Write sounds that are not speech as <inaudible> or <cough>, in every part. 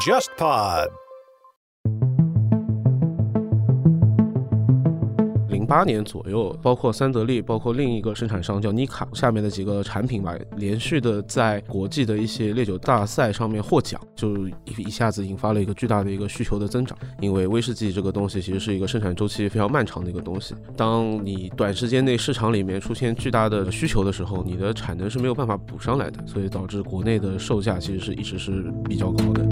JustPod。零八年左右，包括三得利，包括另一个生产商叫妮卡下面的几个产品吧，连续的在国际的一些烈酒大赛上面获奖，就一下子引发了一个巨大的一个需求的增长。因为威士忌这个东西其实是一个生产周期非常漫长的一个东西，当你短时间内市场里面出现巨大的需求的时候，你的产能是没有办法补上来的，所以导致国内的售价其实是一直是比较高的。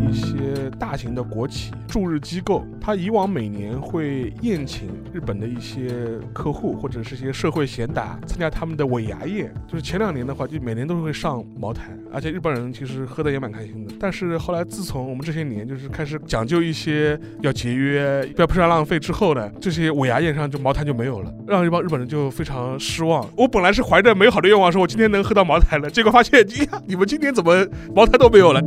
一些大型的国企、驻日机构，它以往每年会宴请日本的一些客户或者是一些社会贤达参加他们的尾牙宴。就是前两年的话，就每年都会上茅台，而且日本人其实喝的也蛮开心的。但是后来自从我们这些年就是开始讲究一些要节约、不要铺张浪费之后呢，这些尾牙宴上就茅台就没有了，让一帮日本人就非常失望。我本来是怀着美好的愿望说，我今天能喝到茅台了，结果发现，哎呀，你们今天怎么茅台都没有了？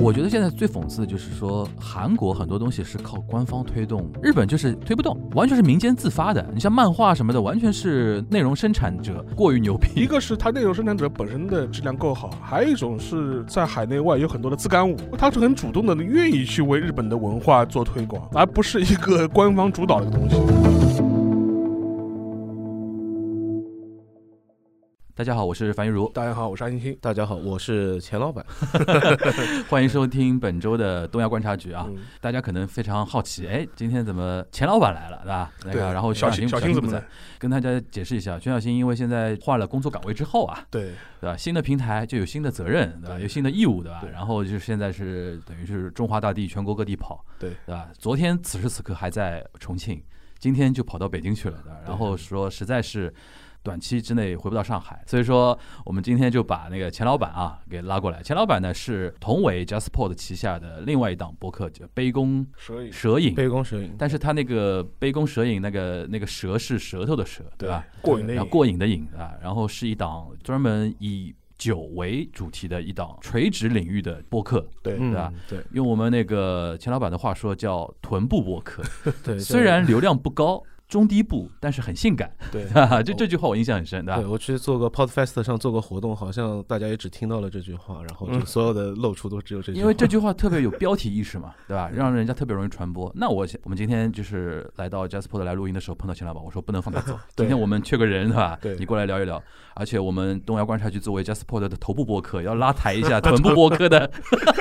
我觉得现在最讽刺的就是说，韩国很多东西是靠官方推动，日本就是推不动，完全是民间自发的。你像漫画什么的，完全是内容生产者过于牛一 <laughs> 逼。个是它内容生产者本身的质量够好，还有一种是在海内外有很多的自干舞，它是很主动的愿意去为日本的文化做推广，而不是一个官方主导的东西。大家好，我是樊玉 <laughs> 茹，大家好，我是安欣。大家好，我是钱老板。欢迎收听本周的东亚观察局啊。嗯大家可能非常好奇，哎，今天怎么钱老板来了，对吧？那对个，然后小新新小小新新怎不么在了，跟大家解释一下，全小新因为现在换了工作岗位之后啊，对，对吧？新的平台就有新的责任，对吧？对有新的义务，对吧？对然后就是现在是等于是中华大地全国各地跑，对对吧？昨天此时此刻还在重庆，今天就跑到北京去了，对吧？然后说实在是。短期之内回不到上海，所以说我们今天就把那个钱老板啊给拉过来。钱老板呢是同为 JustPod 旗下的另外一档播客，叫《杯弓所以蛇影》，杯弓蛇影，但是他那个“杯弓蛇影”那个那个蛇是舌头的蛇，对吧？过瘾的然后瘾。过瘾的瘾啊，然后是一档专门以酒为主题的一档垂直领域的播客，对嗯对吧？对用我们那个钱老板的话说叫臀部播客，对，虽然流量不高。中低部，但是很性感， <laughs> 对哈哈，这这句话我印象很深，对吧对？我去做个 Podfest 上做个活动，好像大家也只听到了这句话，然后就嗯所有的露出都只有这句话。因为这句话特别有标题意识嘛，对吧？让人家特别容易传播。那我我们今天就是来到 Jasper 来录音的时候碰到钱老板，我说不能放 <laughs> 他走，今天我们缺个人，对吧？对你过来聊一聊。而且我们东亚观察局作为 Jasper 的头部播客，要拉抬 <laughs> 一下臀部播客的， <laughs>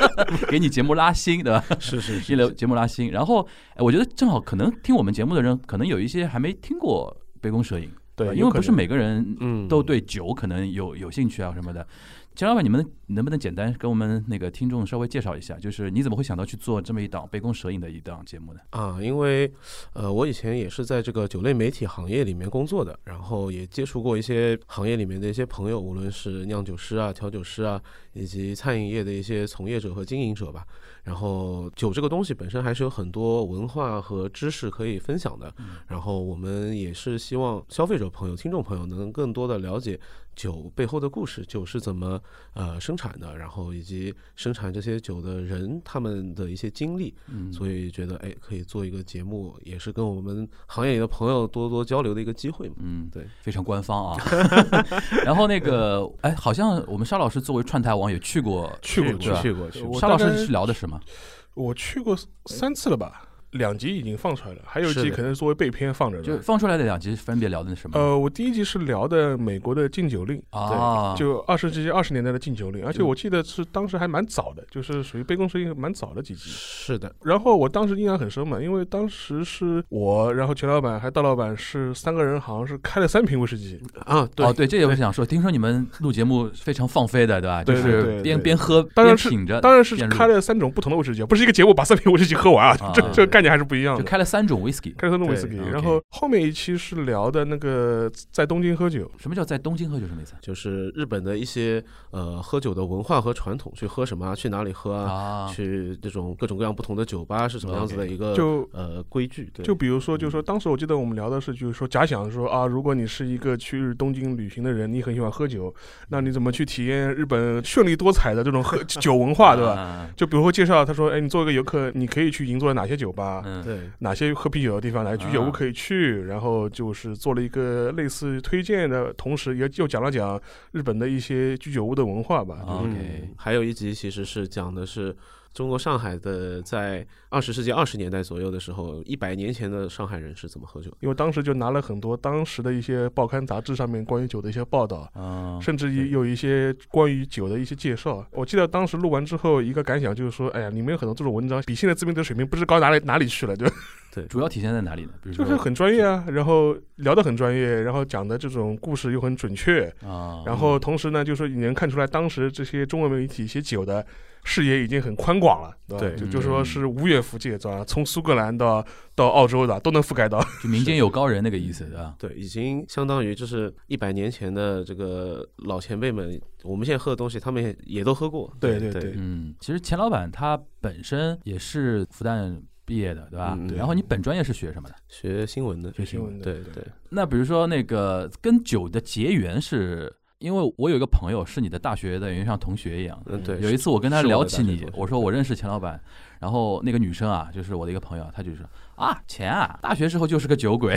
给你节目拉新，对 <laughs> 吧？ <laughs> 是是一流节目拉新。然后，哎我觉得正好可能听我们节目的人，可能有一些还没听过杯弓蛇影，啊对，因为不是每个人嗯，都对酒可能有有兴趣啊什么的。钱老板，你们能不能简单跟我们那个听众稍微介绍一下，就是你怎么会想到去做这么一档杯弓蛇影的一档节目呢？啊，因为呃，我以前也是在这个酒类媒体行业里面工作的，然后也接触过一些行业里面的一些朋友，无论是酿酒师啊、调酒师啊，以及餐饮业的一些从业者和经营者吧。然后酒这个东西本身还是有很多文化和知识可以分享的，然后我们也是希望消费者朋友、听众朋友能更多的了解酒背后的故事，酒是怎么呃生产的，然后以及生产这些酒的人他们的一些经历。嗯所以觉得哎，可以做一个节目，也是跟我们行业里的朋友多多交流的一个机会嘛。嗯，对，非常官方啊。 <laughs> 然后那个，哎，好像我们沙老师作为串台王也去过，去过对吧去过去过，我沙大老概师是聊的什么？我去过三次了吧，两集已经放出来了，还有一是集的可能作为备片放着就了。放出来的两集分别聊的是什么？呃，我第一集是聊的美国的禁酒令，啊，嗯就二十世纪二十年代的禁酒令，而且我记得是当时还蛮早的，就是属于杯弓蛇影蛮早的几集。是的，然后我当时印象很深嘛，因为当时是我，然后钱老板还有大老板是三个人，好像是开了三瓶威士忌，啊，对，哦，对，这也我想说，听说你们录节目非常放飞的，对吧？对就对对是对边边喝当边然是品着，当然是边录开了三种不同的威士忌，不是一个节目把三瓶威士忌喝完啊，啊这这个概念还是不一样就的。开了三种 whisky。开了三种威士忌，嗯对然 OK 后后面一期是聊的那个在东京喝酒，什么叫在东京喝酒？什么意思就是日本的一些呃喝酒的文化和传统，去喝什么啊，去哪里喝啊，啊？去这种各种各样不同的酒吧是什么样子的一个就呃规矩，对，就比如嗯说，就是说，当时我记得我们聊的是，就是说，假想说啊，如果你是一个去日东京旅行的人，你很喜欢喝酒，那你怎么去体验日本绚丽多 <laughs> 彩的这种喝酒文化，对吧？吧？就比如说介绍，他说，哎，你作为一个游客，你可以去银座的哪些酒吧？啊，嗯，啊对，哪些喝啤酒的地方来居酒屋可以去，然后就是做了一个类似推荐的，同时也又讲了讲日本的一些居酒屋的文化吧。啊 OK 嗯还有一集其实是讲的是中国上海的，在二十世纪二十年代左右的时候，一百年前的上海人是怎么喝酒的。因为当时就拿了很多当时的一些报刊杂志上面关于酒的一些报道，嗯，甚至也有一些关于酒的一些介绍。我记得当时录完之后，一个感想就是说，哎呀，里面有很多这种文章，比现在自媒体的水平不知高哪里哪里去了，就主要体现在哪里呢？比 <laughs> 如就说是很专业啊，然后聊得很专业，然后讲的这种故事又很准确，啊，然后同时呢，就是你能看出来当时这些中文媒体写酒的视野已经很宽广了，对吧？对就嗯就说是无远弗届，对吧？从苏格兰到到澳洲的都能覆盖到。就民间有高人那个意嗯思，对吧？对，已经相当于就是一百年前的这个老前辈们，我们现在喝的东西，他们也也都喝过。 <laughs> 对对对对嗯，其实钱老板他本身也是复旦毕业的，对吧？嗯对然后你本专业是学什么的？学新闻的，学新闻的对对对，那比如说那个跟酒的结缘是，因为我有一个朋友是你的大学的，有点像同学一样的。嗯对。有一次我跟他是我的聊大起学你同，学我说我认识钱老板，然后那个女生啊，就是我的一个朋友，她就说啊，钱啊，大学时候就是个酒鬼，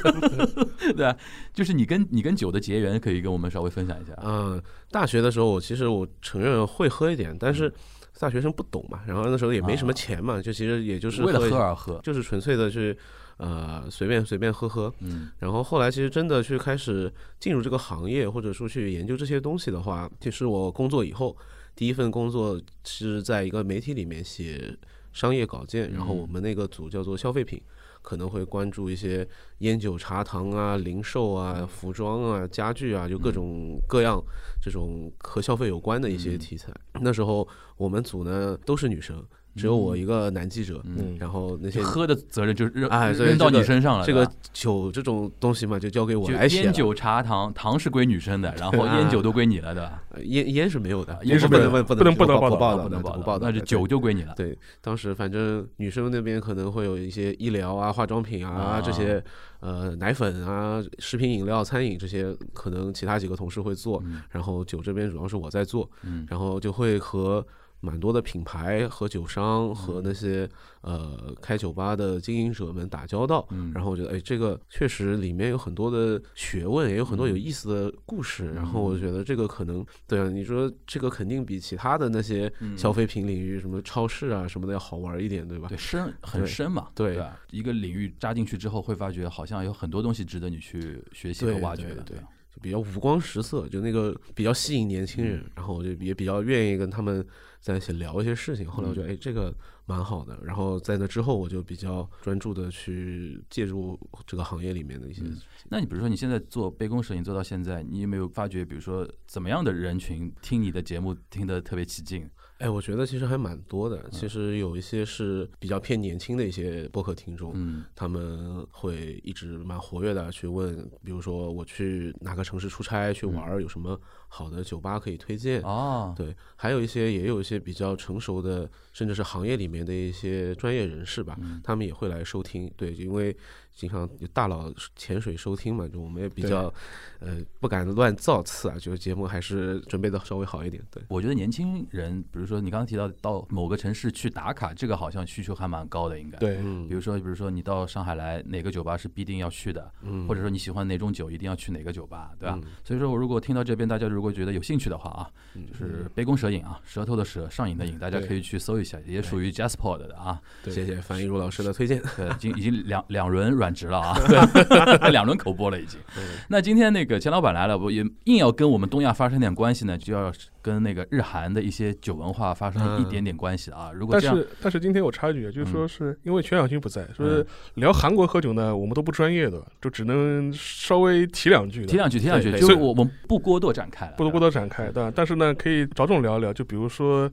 <laughs> 对啊，就是你跟你跟酒的结缘，可以跟我们稍微分享一下啊。嗯，大学的时候，我其实我承认会喝一点，但是嗯大学生不懂嘛，然后那时候也没什么钱嘛，就其实也就是啊为了一喝啊而喝，就是纯粹的去呃随便随便喝喝。嗯然后后来其实真的去开始进入这个行业，或者说去研究这些东西的话，就是我工作以后第一份工作是在一个媒体里面写商业稿件，然后嗯我们那个组叫做消费品。可能会关注一些烟酒、茶糖啊、零售啊、服装啊、家具啊，就各种各样这种和消费有关的一些嗯题材。那时候我们组呢都是女生，只有我一个男记者，嗯，然后那些就喝的责任就是扔哎所以扔到这个你身上了，这对个吧酒这种东西嘛，就交给我就来写烟了。酒茶糖，糖是归女生的，然后啊烟酒都归你了，对吧？呃烟烟是没有的啊，烟是不没能有的不不能不不能报报报不道能的，不道道，的。那就对酒就归你了。对，当时反正女生那边可能会有一些医疗啊、化妆品啊啊这些，呃，奶粉啊、食品饮料、餐饮这些，可能其他几个同事会做，嗯然后酒这边主要是我在做，嗯然后就会和蛮多的品牌和酒商和那些呃开酒吧的经营者们打交道，嗯，然后我觉得，哎，这个确实里面有很多的学问，也有很多嗯有意思的故事。然后我觉得这个可能，对啊，你说这个肯定比其他的那些嗯消费品领域，什么超市啊什么的要好玩一点，对吧？对深很对深嘛，对吧？一个领域扎进去之后，会发觉好像有很多东西值得你去学习和对挖掘对的。啊对吧就比较五光十色，就那个比较吸引年轻嗯人。然后我就也比较愿意跟他们在一起聊一些事情。嗯后来我觉得，哎，这个蛮好的。然后在那之后，我就比较专注的去介入这个行业里面的一些嗯那你比如说你现在做杯弓蛇影做到现在，你有没有发觉，比如说怎么样的人群听你的节目听得特别起劲？哎，我觉得其实还蛮多嗯的。其实有一些是比较偏年轻的一些播客听众，嗯他们会一直蛮活跃的啊去问，比如说我去哪个城市出差嗯去玩儿，有什么好的酒吧可以推荐？哦，对，还有一些也有一些比较成熟的，甚至是行业里面的一些专业人士吧，嗯他们也会来收听。对，因为经常有大佬潜水收听嘛，就我们也比对较呃不敢乱造次啊，就是节目还是准备的稍微好一点。对，我觉得年轻人，比如说你刚刚提到到某个城市去打卡，这个好像需求还蛮高的，应该。对，嗯比如说，比如说你到上海来，哪个酒吧是必定要去的，嗯或者说你喜欢哪种酒，一定要去哪个酒吧，对吧？嗯所以说我如果听到这边大家如果觉得有兴趣的话啊，嗯就是杯弓蛇影啊，舌头的舌，上瘾的瘾，大家可以去搜一下，也属于 Jasper 的啊，对谢谢樊一茹老师的推荐。对，已经已经两两轮软职了 <laughs> 啊，两轮口播了已经。那今天那个钱老板来了，我也硬要跟我们东亚发生点关系呢，就要跟那个日韩的一些酒文化发生一点点关系的啊。如嗯果但这样，是但是今天我插一句，就是说是因为全小军不在，说嗯是聊韩国喝酒呢，我们都不专业的，就只能稍微提两句的，提两句，提两句，对就是对我们不过多展开了，不多不多展开，但但是呢，可以着重聊一聊，就比如说。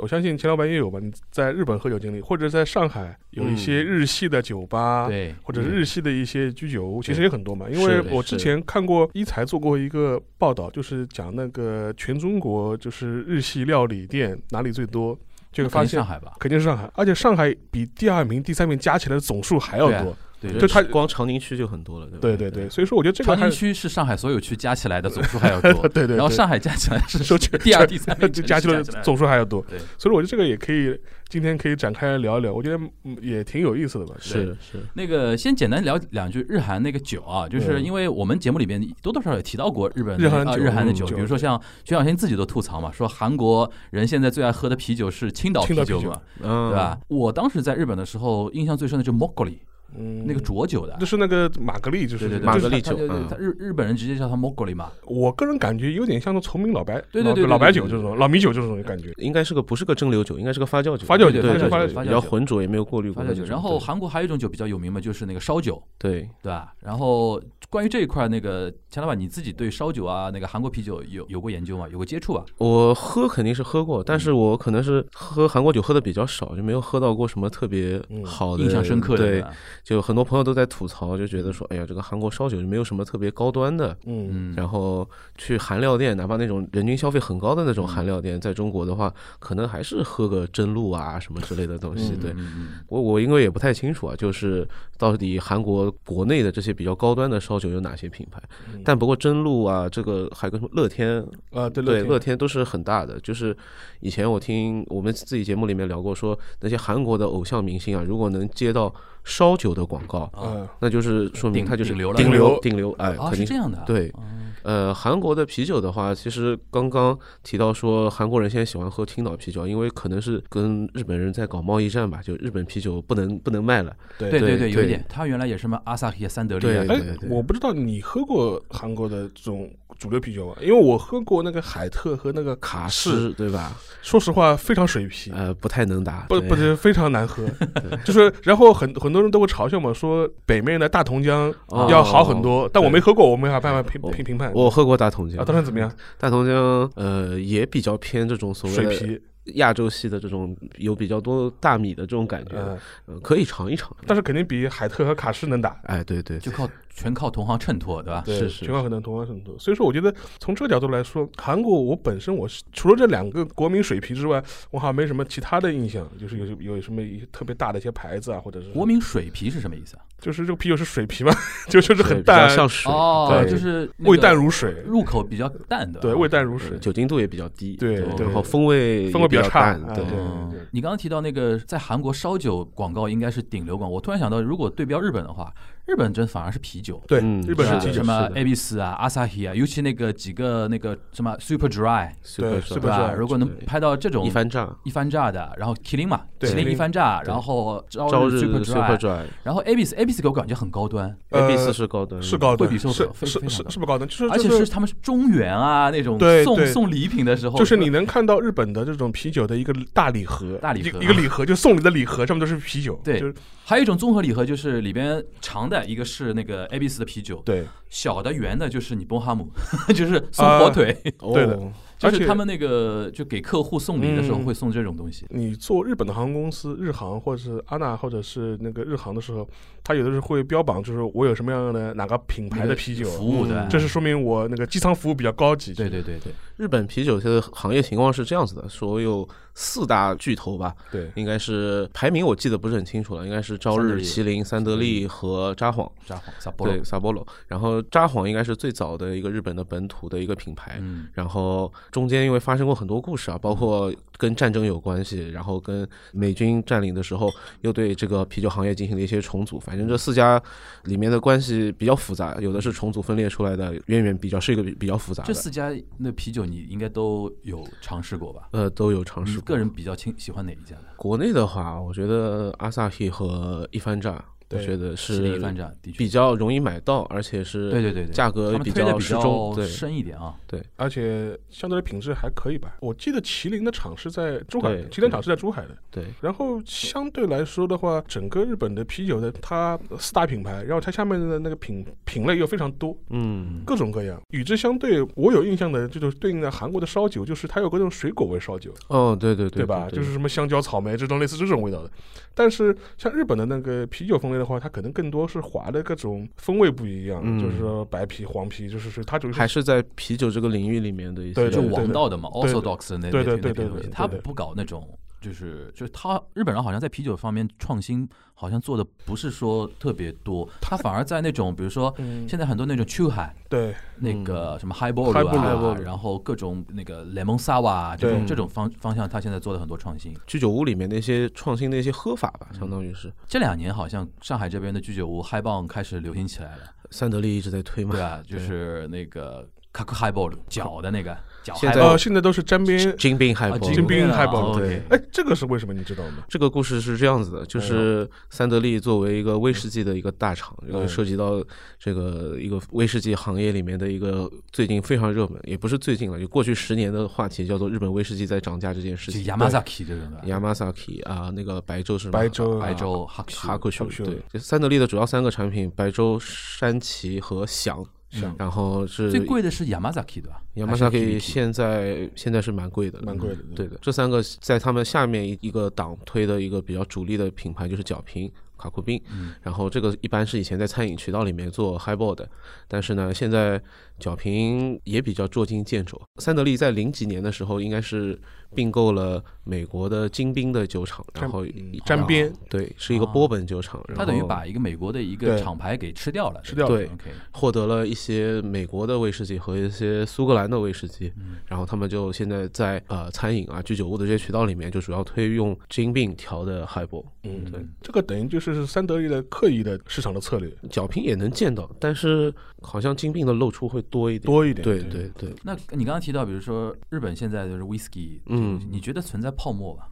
我相信钱老板也有吧？你在日本喝酒经历，或者在上海有一些嗯日系的酒吧，对，啊嗯或者是日系的一些居酒屋，其实对也很多嘛。因为是的我之前看过一财做过一个报道，就是讲那个全中国就是日系料理店哪里最多，结果肯发定现嗯上海吧，肯定是上海，而且上海比第二名、第三名加起来的总数还要对啊多。对就它光长宁区就很多了，对吧对对对，所以说我觉得这个长还宁是区是上海所有区加起来的总数还要多， <laughs> 对对，然后对上海加起来 <laughs> 是说是第二、第三名就城市加起来起来总数还要多，对所以我觉得这个也可以今天可以展开聊一聊，我觉得嗯也挺有意思的吧。是是，那个先简单聊两句日韩那个酒啊，就是嗯因为我们节目里边多多少少也提到过日本的日韩啊酒日韩的嗯酒，酒比如说像徐小新自己都吐槽嘛，说韩国人现在最爱喝的啤酒是青岛青啤岛酒啤酒嘛，嗯，对吧？？我当时在日本的时候，印象最深的就是 m o g o l i 嗯，那个浊酒的就，是那个玛格丽，就对是对对，玛格就是丽它酒它就嗯它日日本人直接叫它 m o g o l i 嘛，我个人感觉有点像那崇明老白，对对对对老老白对对酒对这种对老米酒这种感觉。应该是个不是个蒸馏酒，应该是个发酵酒，发酵对酒它对是对发酵对酒比较浑浊，也没有过滤过发的酵那酒。种。然后韩国还有一种酒比较有名嘛，就是那个烧酒，对对吧？然后关于这一块，那嗯个钱老板你自己对烧酒啊，那个韩国啤酒有有过研究吗？有过接触吧？我喝肯定是喝过，但嗯是我可能是喝韩国酒喝的比较少，就没有喝到过什么特别好哦的、嗯印象深刻的对吧，就很多朋友都在吐槽，就觉得说，哎呀，这个韩国烧酒就没有什么特别高端的。嗯，嗯，然后去韩料店，哪怕那种人均消费很高的那种韩料店，在中国的话，可能还是喝个真露啊什么之类的东西。嗯对嗯，嗯我我因为也不太清楚啊，就是到底韩国国内的这些比较高端的烧酒有哪些品牌？嗯但不过真露啊，这个还有个什么乐天，嗯呃，对对，乐乐天都是很大的。就是以前我听我们自己节目里面聊过说，那些韩国的偶像明星啊，如果能接到烧酒的广告，嗯啊嗯，那就是说明顶他就是顶流了顶顶流流顶流，哎，啊，肯是定这样的啊，对嗯呃，韩国的啤酒的话，其实刚刚提到说韩国人现在喜欢喝青岛啤酒，啊因为可能是跟日本人在搞贸易战吧，就日本啤酒不能不能卖了。对对对对，有一对点，他原来也是什么阿萨克、三得利啊对，哎对对，我不知道你喝过韩国的这种主流啤酒吗？因为我喝过那个海特和那个卡士，是对吧？说实话非常水皮，呃，不太能打，不对不是非常难喝， <laughs> 就是然后很很多人都会嘲笑嘛，说北面的大同江哦要好很多，但我没喝过，我没法办法评我评评判。我喝过大同江啊，，当然怎么样？大同江呃也比较偏这种所水谓的皮，亚洲系的这种有比较多大米的这种感觉，嗯，呃可以尝一尝。但是肯定比海特和卡士能打。哎，对对，就靠全靠同行衬托，对吧？对是是情况很难同行很多，所以说我觉得从这个角度来说，韩国我本身我是除了这两个国民水皮之外，我好像没什么其他的印象，就是有有什么一些特别大的一些牌子啊，或者是国民水啤是什么意思啊？就是这个啤酒是水啤嘛， <laughs> 就就对是很比较淡，像水，哦，对就是那个味淡如水，入口比较淡的，对，味淡如呃水，酒精度也比较低，对对然后风味风味也比比较差淡啊对对嗯你刚刚提到那个在韩国烧酒广告应该是顶流广告，我突然想到，如果对标日本的话，日本真反而是啤酒。对，嗯日本是是吧啤酒什，么是的 A B 四啊、阿萨 i 啊，尤其那个几个那个什么 Super Dry，对 super 是爽不对是吧？如果能对拍到这种一番炸，一番炸的，然后麒麟嘛，对麒麟一 Kirin，番炸，对然后朝朝日日 Super super Dry， dry，然后 A B 四 A B 四给我感觉很高端，呃 A B 四是高端，是高端，会比寿是司非是非是常是高不高端，就是而且就是他们是中原啊那种对送对送礼品的时候，就是你能看到日本的这种啤酒的一个大礼盒，大礼一盒一个礼盒，就送礼的礼盒，上面都是啤酒，对就是还有一种综合礼盒，就是里边长的一个是那个 A B 四的啤酒，对，小的圆的就是你崩哈姆， <laughs> 就是送火腿，对的哦 <laughs> 就啊而且是他们那个就给客户送礼的时候嗯会送这种东西。你做日本的航空公司，日航或者是阿娜或者是那个日航的时候，它有的是会标榜，就是我有什么样的哪个品牌的啤酒，服务的，嗯这是说明我那个机舱服务比较高级。对对对对，日本啤酒现在行业情况是这样子的，所有四大巨头吧，对应该是排名我记得不是很清楚了，应该是朝三得日、利麒麟、三得利和札幌。札幌、札幌，对，萨波罗，然后札幌应该是最早的一个日本的本土的一个品牌，嗯，然后中间因为发生过很多故事啊，包括跟战争有关系，然后跟美军占领的时候又对这个啤酒行业进行了一些重组。反正这四家里面的关系比较复杂，有的是重组分裂出来的，渊源比较是一个比比较复杂这的。四家那啤酒你应该都有尝试过吧？呃，都有尝你试个过。人比较亲喜欢哪一家的？国内的话，我觉得阿萨希和一番炸，我对觉得吉林一番是炸的确，比较容易买到，而且是对对对对，价他格们比推的较比适较中，对深一点啊。而且相对的品质还可以吧。我记得麒麟的厂是在珠海的，对麒麟厂是在珠海的。对。然后相对来说的话，整个日本的啤酒的它四大品牌，然后它下面的那个品品类又非常多，嗯，各种各样。与之相对，我有印象的这种对应的韩国的烧酒，就是它有各种水果味烧酒。哦，对对对对吧？就是什么香蕉、草莓这种类似这种味道的。但是像日本的那个啤酒风味的话，它可能更多是滑的各种风味不一样，嗯就是说白啤、黄啤，就是是它就是还是在啤酒这个领域里面的一些，对对就对王道的嘛对，orthodox 的那对对对那那对那对东西对，他对不搞那种就是就是他日本人好像在啤酒方面创新好像做的不是说特别多，他反而在那种比如说嗯，现在很多那种秋海对，那嗯个什么 highball 啊， highball 然后各种那个 lemon sour 啊这对种这种方方向，他现在做了很多创新。居酒屋里面那些创新的一些喝法吧，嗯相当于是这两年好像上海这边的居酒屋 high 棒开始流行起来了，三得利一直在嗯推嘛。对啊，就是那个 c a high ball 脚的那个脚现 high 在 ball 呃，。现在都是沾边。金兵海啊波，金兵 highball，对哦哎，这个是为什么？你知道吗？这个故事是这样子的，就是三得利作为一个威士忌的一个大厂，这个涉及到这个一个威士忌行业里面的一个最近非常热门，也不是最近了，就过去十年的话题叫做日本威士忌在涨价这件事就情。 Yamazaki 这种的， Yamasaki 啊，那个白州是吗白啊州白州 h a 哈 k 克秀哈克秀对，就三得利的主要三个产品，白州、山崎和响，嗯然后是最贵的是 Yamazaki 对吧 Yamasaki 还是 Hibiki？现在现在是蛮贵的，蛮贵的。对的，这三个在他们下面一一个档推的一个比较主力的品牌就是角瓶卡库宾，嗯然后这个一般是以前在餐饮渠道里面做 highball 的，但是呢，现在角瓶也比较捉襟见肘。三得利在零几年的时候应该是并购了美国的金兵的酒厂，然后一啊沾边，哦对，是一个波本酒厂，然他后等于把一个美国的一个对厂牌给吃掉了，吃掉了对 OK，获得了一些美国的威士忌和一些苏格兰的威士忌，然后他们就现在在呃餐饮啊、居酒屋的这些渠道里面，就主要推用金并调的 highball，嗯对，这个等于就是三得利的刻意的市场的策略角瓶也能见到，但是好像金并的露出会多一点。多一点。对对对，那你刚刚提到，比如说日本现在就是 whisky，嗯你觉得存在泡沫吧，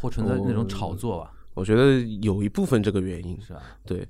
或存在那种炒作吧，我觉得有一部分这个原因，是吧？对，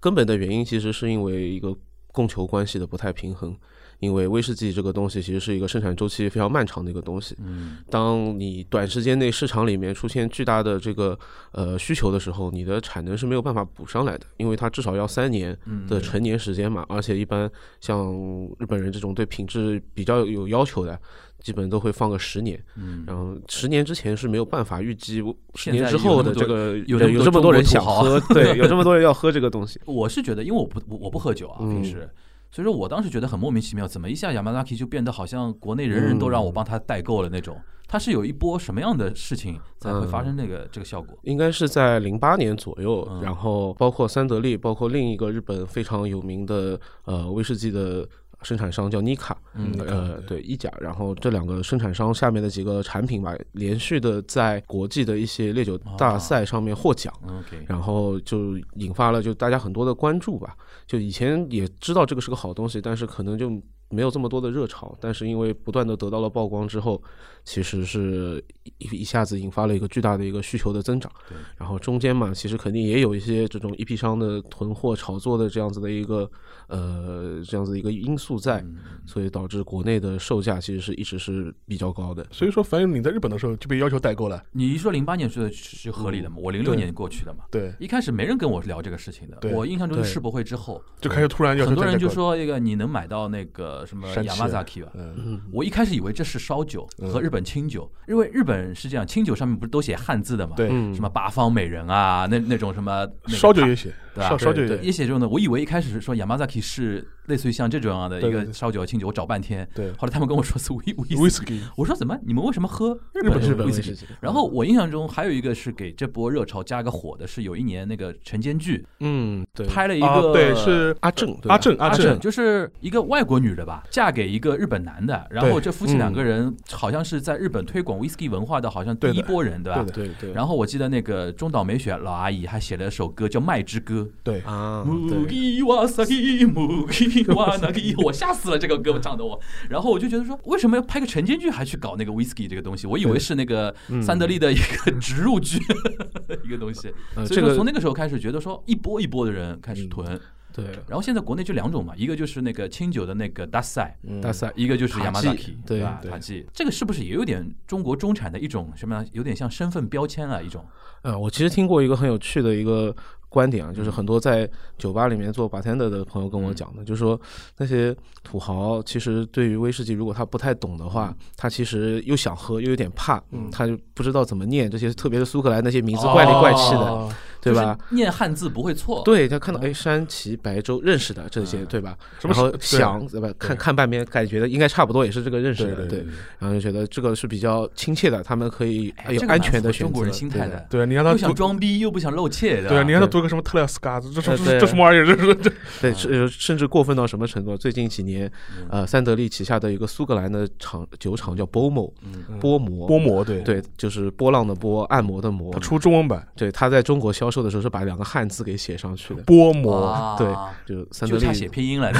根本的原因其实是因为一个供求关系的不太平衡。因为威士忌这个东西其实是一个生产周期非常漫长的一个东西，嗯，当你短时间内市场里面出现巨大的这个呃需求的时候，你的产能是没有办法补上来的，因为它至少要三年嗯的成年时间嘛。而且一般像日本人这种对品质比较有有要求的，基本都会放个十年。嗯，然后十年之前是没有办法预计十现在年之后的这个有那么多人有这么多人中想国土豪喝，对，有这 <laughs> 么多人要喝这个东西。我是觉得，因为我不我我不喝酒啊，嗯平时。所以说我当时觉得很莫名其妙，怎么一下 Yamanaki 就变得好像国内人人都让我帮他代购了那种？他是有一波什么样的事情才会发生那个、这个效果？应该是在零八年左右，嗯然后包括三得利，包括另一个日本非常有名的呃威士忌的生产商叫妮卡，嗯呃对一甲，然后这两个生产商下面的几个产品吧，连续的在国际的一些烈酒大赛上面获奖。嗯，OK，然后就引发了就大家很多的关注吧。就以前也知道这个是个好东西，但是可能就没有这么多的热潮。但是因为不断的得到了曝光之后，其实是一一下子引发了一个巨大的一个需求的增长对。然后中间嘛，其实肯定也有一些这种一批商的囤货炒作的这样子的一个呃这样子的一个因素在，嗯所以导致国内的售价其实是一直是比较高的。所以说，反正你在日本的时候就被要求代购了。你一说零八年去的是合理的嘛？我零六对年过去的嘛，对，一开始没人跟我聊这个事情的。对我印象中是对世博会之后，就开始突然要求很多代人购就了，说一个你能买到那个什么山雅崎马扎 k 吧。嗯，嗯，我一开始以为这是烧酒嗯和日本清酒，因为日本是这样，清酒上面不是都写汉字的嘛？对，嗯什么八方美人啊，那那种什么那个烧酒也写，对吧烧烧酒对也也写这种的。我以为一开始说雅马扎 k 是类似于像这种啊样的对一对个对烧酒清酒，我找半天。对后来他们跟我说是威威士，whisky 忌，我说怎么？你们为什么喝日日本本日本威嗯威士士忌？忌然后我印象中还有一个是给这波热潮加个火的，是有一年那个晨间剧嗯，对，拍了一个、啊，对，是阿正，对吧阿正阿正正，，就是一个外国女的吧，嫁给一个日本男的，然后这夫妻两个人好像是在日本推广 whisky 文化的，好像第一波人，对吧？嗯对的对对，然后我记得那个中岛美雪老阿姨还写了首歌叫《麦之歌》。对，啊，木对，吉瓦萨吉木吉瓦那吉，我吓死了这个歌唱的我。然后我就觉得说，为什么要拍个晨间剧还去搞那个 whisky 这个东西？我以为是那个三得利的一个植入剧 <laughs> 一个东西。呃所这以说个嗯从那个时候开始，觉得说一波一波的人开始囤。对然后现在国内就两种嘛，一个就是那个清酒的那个大赛，嗯大赛一个就是塔 Yamazaki，记对吧？对塔记，这个是不是也有点中国中产的一种什么样？有点像身份标签啊，一种。呃，我其实听过一个很有趣的一个观点啊，就是很多在酒吧里面做 bartender 的朋友跟我讲的，就是说那些土豪其实对于威士忌，如果他不太懂的话，他其实又啊想喝又有点怕，他就不知道怎么念这些，特别是苏格兰那些名字怪里怪气的，哦对就是吧？念汉字不会错，，对他看到哎，山崎白舟认识的这些，对吧？什然么后对想对吧？看看半边，感觉的应该差不多，也是这个认识的，对对对然后就觉得这个是比较亲切的，他们可以哎有这个安蛮全符合的选择。中国人心态对的，对啊，你让他又想读装逼又不想露怯，对啊，吧你让他对读个什么特勒斯卡兹，这这呃这对这什么玩意儿？这是这对，嗯甚甚至过分到什么程度？最近几年，呃，三得利旗下的一个苏格兰的厂酒厂叫 BOMO，嗯波摩，波魔对，对，就是波浪的波，按摩的摩他。出中文版对，他在中国销售的时候是把两个汉字给写上去的，波魔，哇对就三得嗯就利差，写拼音了，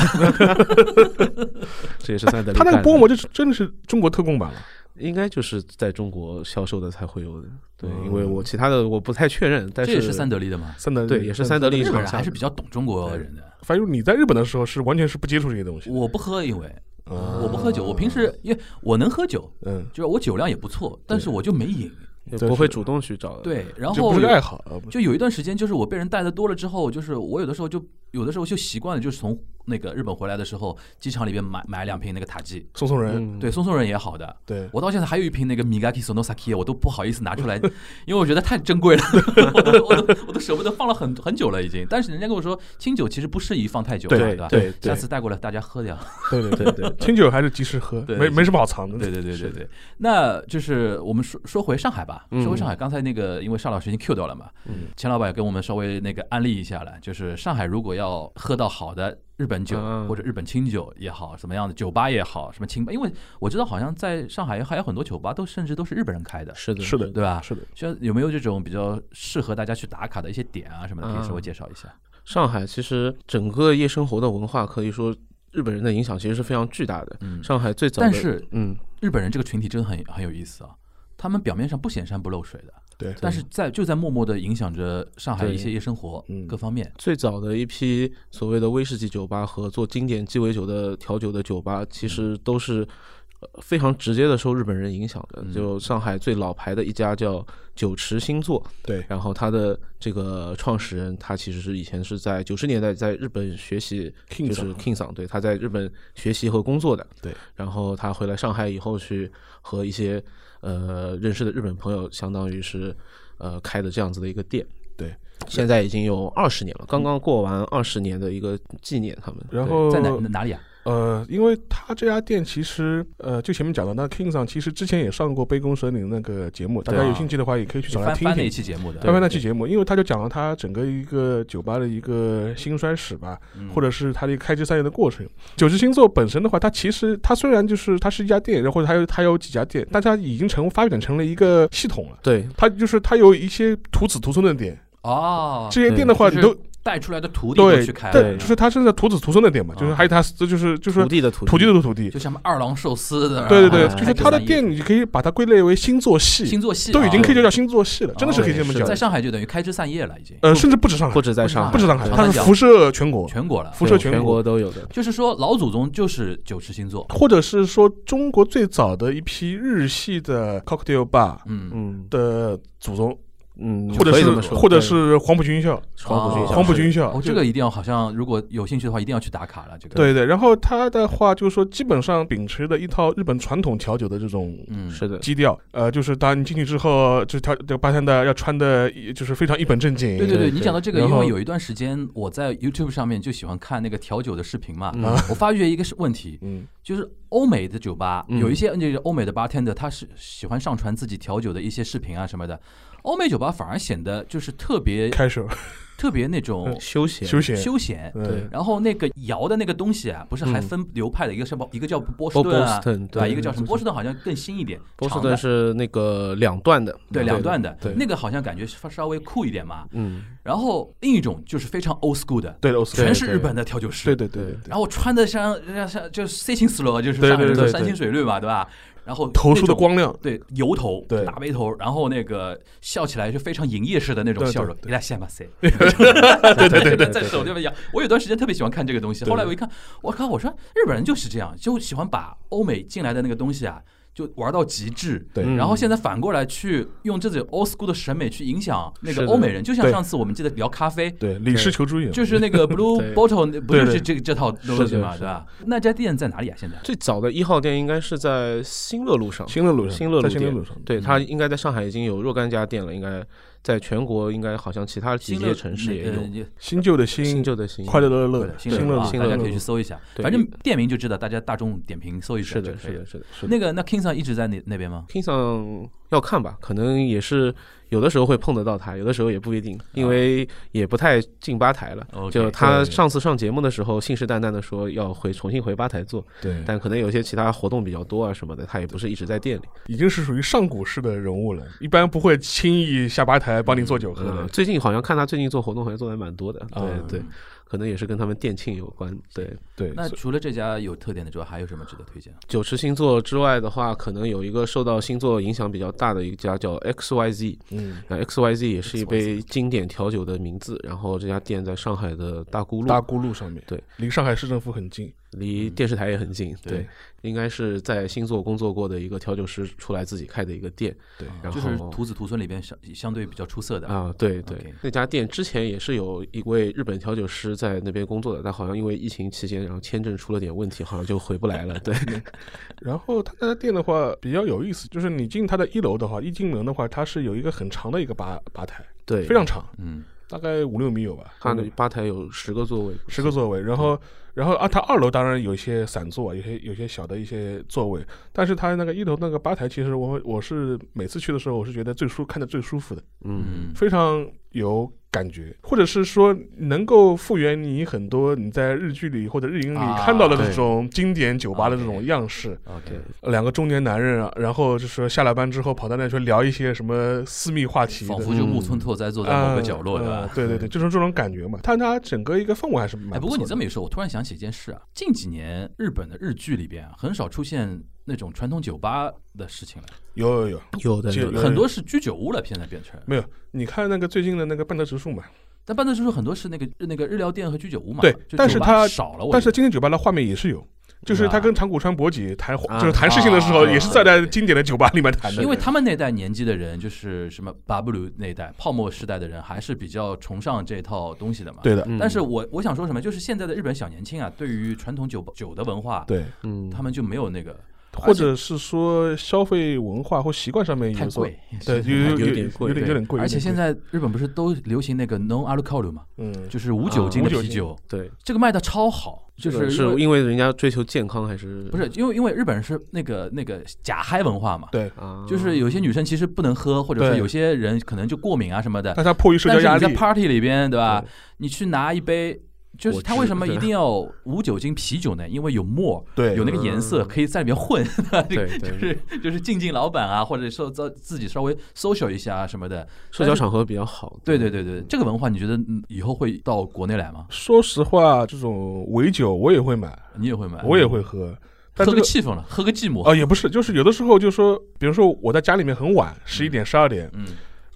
这也是三得利 <laughs> 他干的。那个波魔就是真的是中国特供版了。应该就是在中国销售的才会有的，对，嗯因为我其他的我不太确认，但哦这是也是三得利的嘛。三德对也是三得利日本厂人商还是比较懂中国人的，反正你在日本的时候是完全是不接触这些东西的。我不喝，因为啊我不喝酒，我平时因为我能喝酒，嗯，就是我酒量也不错，但是我就没瘾。也对不会是主动去找的。对，然就后不是有爱好啊，不是就有一段时间，就是我被人带的多了之后，就是我有的时候就有的时候就习惯了，就是从那个日本回来的时候，机场里边买买两瓶那个塔基，送送人，嗯，对，松松人也好的。对，我到现在还有一瓶那个 Migaki Sonosaki，我都不好意思拿出来，因为我觉得太珍贵了， <laughs> 我都我都我都舍不得放了很很久了已经。但是人家跟我说，清酒其实不适宜放太久，对对吧？对下对次带过来大家喝掉。对对 <laughs> 对对，清酒还是及时喝，对没没什么好藏的。对对对对 <laughs> 对，那就是我们说说回上海吧，嗯说回上海。刚才那个，因为邵老师已经 Q 掉了嘛，嗯钱老板也跟我们稍微那个安利一下了，就是上海如果要喝到好的日本酒、嗯或者日本清酒也好，什么样的酒吧也好，什么清吧，因为我知道好像在上海还有很多酒吧都甚至都是日本人开的，是的，是的，对吧？是的，像有没有这种比较适合大家去打卡的一些点啊什么的，嗯可以稍微介绍一下？上海其实整个夜生活的文化可以说日本人的影响其实是非常巨大的。嗯，上海最早的，但是嗯，日本人这个群体真的很很有意思啊，他们表面上不显山不露水的。对。但是在就在默默的影响着上海对一些夜生活嗯各方面。最早的一批所谓的威士忌酒吧和做经典鸡尾酒的调酒的酒吧，嗯其实都是呃非常直接的受日本人影响的。嗯就上海最老牌的一家叫酒池星座，对，然后他的这个创始人，他其实是以前是在九十年代在日本学习， King 就是 Song King 桑，对，他在日本学习和工作的。对，然后他回来上海以后，去和一些呃认识的日本朋友，相当于是呃开的这样子的一个店。对，现在已经有二十年了，刚刚过完二十年的一个纪念，他们。然对后在哪哪里啊？呃，因为他这家店其实呃，就前面讲的那 King 上，其实之前也上过《杯弓蛇影》那个节目，大对家啊有兴趣的话也可以去就找翻来听翻那听一。期节目的，翻翻那期节目，因为他就讲了他整个一个酒吧的一个兴衰史吧，嗯或者是它的一个开枝散叶的过程。九十星座本身的话，它其实它虽然就是它是一家店，然后它有它有几家店，但它已经成发展成了一个系统了。对它就是它有一些徒子徒孙的点，哦，这些店的话就你是都带出来的徒弟都对去开，，但就是它甚至徒子徒孙的店嘛，就是啊还有它就是就是土地的土土地的土地，就啊像二郎寿司的，对对对，然后就开是它的枝散叶店你可以把它归类为星座系星，座啊系都已经可以以就叫星座系了，真的是可以这么是讲在。上海就等于开枝散叶了，已经呃，甚至不止上海不，止在上海，不止上海，长它三是角辐射全国，全国了。辐射全全国。哦都有的。就是说，老祖宗就是九池星座，或者是说中国最早的一批日系的 cocktail bar Mm, 嗯，嗯的祖宗，嗯，或者可以是这么说或者对是黄埔军校，啊黄埔军校，黄埔军校，哦，就这个一定要，好像如果有兴趣的话，一定要去打卡了。这个，对对。然后它的话就是说，基本上秉持的一套日本传统调酒的这种。嗯，是的，基调，呃，就是当你进去之后，就是调这个巴山的要穿的，就是非常一本正经。对对对对，你对讲到这个，然因后为有一段时间我在 YouTube 上面就喜欢看那个调酒的视频嘛，嗯啊我发觉一个是问题，嗯，就是欧美的酒吧嗯有一些就是欧美的 bartender，他是喜欢上传自己调酒的一些视频啊什么的，欧美酒吧反而显得就是特别开始特别那种休闲休闲，休闲。嗯对然后那个摇的那个东西啊，不是还嗯分流派的，一个是波一个叫波士波顿啊，波士顿对吧？对一个叫什么？对波士顿好像更新一点，波士长顿的是那个两段的，对两段的对，那个好像感觉稍稍微酷一点嘛。嗯，然后另一种就是非常 old school 的，对的，全是对日本的调酒师，对对对对对，然后穿的像像像就是 C 型 slow，就是对上海对人对说对山清水绿嘛，对吧？然后投出那的种光亮，对油头，对大背头，然后那个笑起来就非常营业式的那种对笑容对，对你来先吧，谁？对对对对，在手对吧？摇我有段时间特别喜欢看这个东西，对后来我一看，我靠，我说日本人就是这样，就喜欢把欧美进来的那个东西啊，就玩到极致。对嗯然后现在反过来去用这种 old school 的审美去影响那是个的欧美人，就像对上次我们记得聊咖啡，对，李氏求助眼，就是 <laughs> 那个 Blue 对 Bottle，那不就对是对这个这套东西嘛，是的是的对吧？那家店在哪里啊？现在？最早的一号店应该是在新乐路上，新乐路上，新乐路在新乐店路上，对，它应该在上海已经有若干家店了，应该在全国应该好像其他几新些乐城市也呃有。你新旧的新新，旧的新，快乐乐乐对乐，新乐乐乐啊，新大乐家乐可乐以去搜一下，对反正店名就知道，大家大众点评搜一下是就的，可以是了的，。是的，是的。那个那 King 上一直在那那边吗？ King 上要看吧，可能也是有的时候会碰得到他，有的时候也不一定，因为也不太进吧台了。 OK，就他对上次上节目的时候，信誓旦旦的说要回重新回吧台做，对，但可能有些其他活动比较多啊什么的，他也不是一直在店里。已经是属于上古式的人物了，一般不会轻易下吧台帮你做酒喝嗯的。最近好像看他最近做活动，好像做的还蛮多的。嗯对对，可能也是跟他们店庆有关。对，哦对，那除了这家有特点的之外，还有什么值得推荐？九池星座之外的话，可能有一个受到星座影响比较大的一家叫 XYZ，嗯，那 XYZ 也是一杯经典调酒的名字。然后这家店在上海的大沽路，大沽路上面，对，离上海市政府很近。离电视台也很近。对对，应该是在星座工作过的一个调酒师出来自己开的一个店。对然后就是徒子徒孙里边相相对比较出色的。啊，对对 OK 那家店之前也是有一位日本调酒师在那边工作的，但好像因为疫情期间，然后签证出了点问题，好像就回不来了。对，然后他那家店的话比较有意思，就是你进他的一楼的话，一进门的话，它是有一个很长的一个吧吧台，对，嗯非常长，嗯，大概五六米有吧。他那吧台有十个座位，十个座位，然后，然后啊，它二楼当然有一些散座，有些有些小的一些座位，但是它那个一楼那个吧台，其实我我是每次去的时候，我是觉得最舒看着最舒服的，嗯，嗯，非常有感觉，或者是说能够复原你很多你在日剧里或者日影里啊看到的这对种经典酒吧的这种 OK 样式。 OK，两个中年男人啊，然后就是下了班之后跑到那去聊一些什么私密话题的仿。佛就木村拓哉坐在某个角落，对啊啊吧？对对对，就是这种感觉嘛。但它整个一个氛围还是蛮哎，不错过的。你这么一说，我突然想起一件事啊，近几年日本的日剧里边啊很少出现那种传统酒吧的事情了，有有有，有的其实有的有很多是居酒屋了，现在变成。没有，你看那个最近的那个半泽直树嘛，但办的就是很多是那个那个日料店和居酒屋嘛，对就但是酒吧它少了，我但觉是得今天酒吧的画面也是有，就是他啊跟长谷川博己谈，啊就是谈事情的时候，啊也是在那经典的酒吧里面谈的。因为他们那代年纪的人，就是什么 W 那代泡沫时代的人，还是比较崇尚这套东西的嘛。对的，嗯但是我我想说什么，就是现在的日本小年轻啊，对于传统酒吧酒的文化，对，嗯，他们就没有那个或者是说消费文化或习惯上面太有所贵， <laughs> 对，有有有点点贵有点有点贵。而且有点贵现在日本不是都流行那个 non alcohol 嘛，嗯，就是无酒精啊的无酒啤精酒，对，这个卖的超好，就这个是是因为因为人家追求健康还是不是因为因为日本人是那个那个假嗨文化嘛，对，啊？就是有些女生其实不能喝，或者说嗯对有些人可能就过敏啊什么的，但他迫于社但交是压你在力， party 里边，对吧对？你去拿一杯，就是果他汁为什么对一定要无酒精啤酒呢？因为有沫，对，有那个颜色，嗯可以在里面混， <laughs> 对对就是就是敬敬老板啊，或者说自自己稍微 social 一下啊什么的。社交场合比较好，对对对对，这个文化你觉得嗯以后会到国内来吗？说实话，这种伪酒我也会买，你也会买？我也会喝，但喝这个气氛了，喝个寂寞。啊、也不是，就是有的时候就说，比如说我在家里面很晚，十一点、十二点，嗯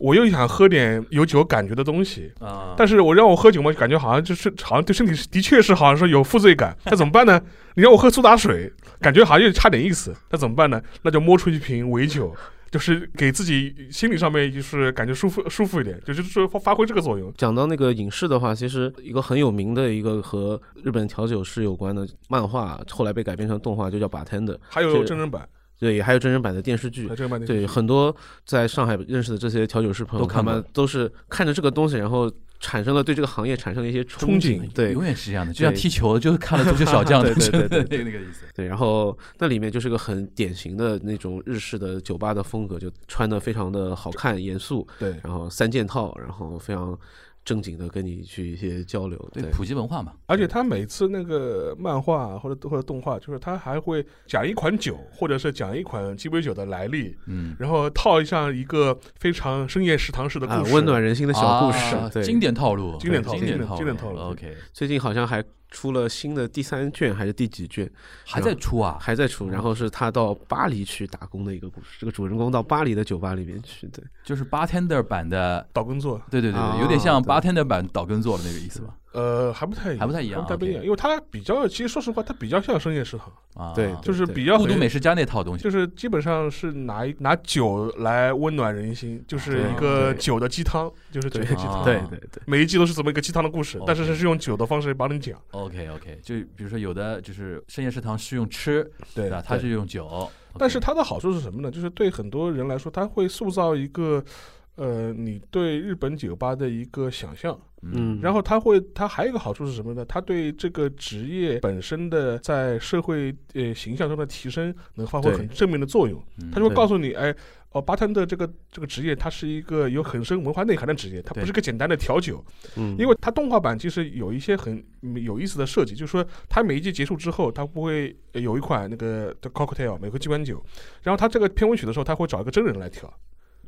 我又想喝点有酒感觉的东西，啊，但是我让我喝酒嘛，感觉好像就是好像对身体是的确是好像说有负 <laughs> 罪感，那怎么办呢？你让我喝苏打水，感觉好像又差点意思，那怎么办呢？那就摸出一瓶伪酒。就是给自己心理上面就是感觉舒服舒服一点，就是说发发挥这个作用。讲到那个影视的话，其实一个很有名的一个和日本调酒师有关的漫画，后来被改编成动画，就叫《Bartender》，还有真人版，对，也还有真人版的电视剧还有。真人版的对，很多在上海认识的这些调酒师朋友，都他看过们都是看着这个东西，然后产生了对这个行业产生了一些憧憧憬对永远是这样的，就像对踢球，就是看了足球小将的，对对对对 <laughs> 那个那个意思。对，然后那里面就是个很典型的那种日式的酒吧的风格，就穿的非常的好看、严肃，对然后三件套，然后非常正经的跟你去一些交流。对，普及文化嘛。而且他每次那个漫画或者或者动画，就是他还会讲一款酒，或者是讲一款鸡尾酒的来历，嗯，然后套上一个非常深夜食堂式的啊故，事，温暖人心的小故事，啊对，经典套路，经典套路经典套路，经典套路 OK，最近好像还出了新的第三卷还是第几卷，还在出啊？还在出。然后是他到巴黎去打工的一个故事，这个主人公到巴黎的酒吧里面去，对，就是 bartender 版的，岛耕作，对对对，对啊有点像对 bartender 版岛根做的那个意思吧？呃，还不太还不太一样还不太一样， OK 因为它比较，其实说实话，它比较像深夜食堂，啊，对啊就是对比较孤独很美食家那套东西。就是基本上是拿一拿酒来温暖人心，哦就是一个对对酒的鸡汤，就是酒的对，鸡汤，啊对对对，每一季都是这么一个鸡汤的故事哦 OK，但是是用酒的方式帮你讲， OK OK，就比如说有的就是深夜食堂是用吃，对对吧？它是用酒，但是 OK 它的好处是什么呢？就是对很多人来说，它会塑造一个呃你对日本酒吧的一个想象。嗯，然后它会，它还有一个好处是什么呢？它对这个职业本身的在社会呃形象中的提升，能发挥对很正面的作用。嗯它就会对告诉你，哎，哦，巴滩的这个这个职业，它是一个有很深文化内涵的职业，它不对是个简单的调酒。嗯，因为它动画版其实有一些很有意思的设计，就是说它每一季结束之后，它不会呃有一款那个的 cocktail 玫瑰机关酒，然后它这个片尾曲的时候，它会找一个真人来调，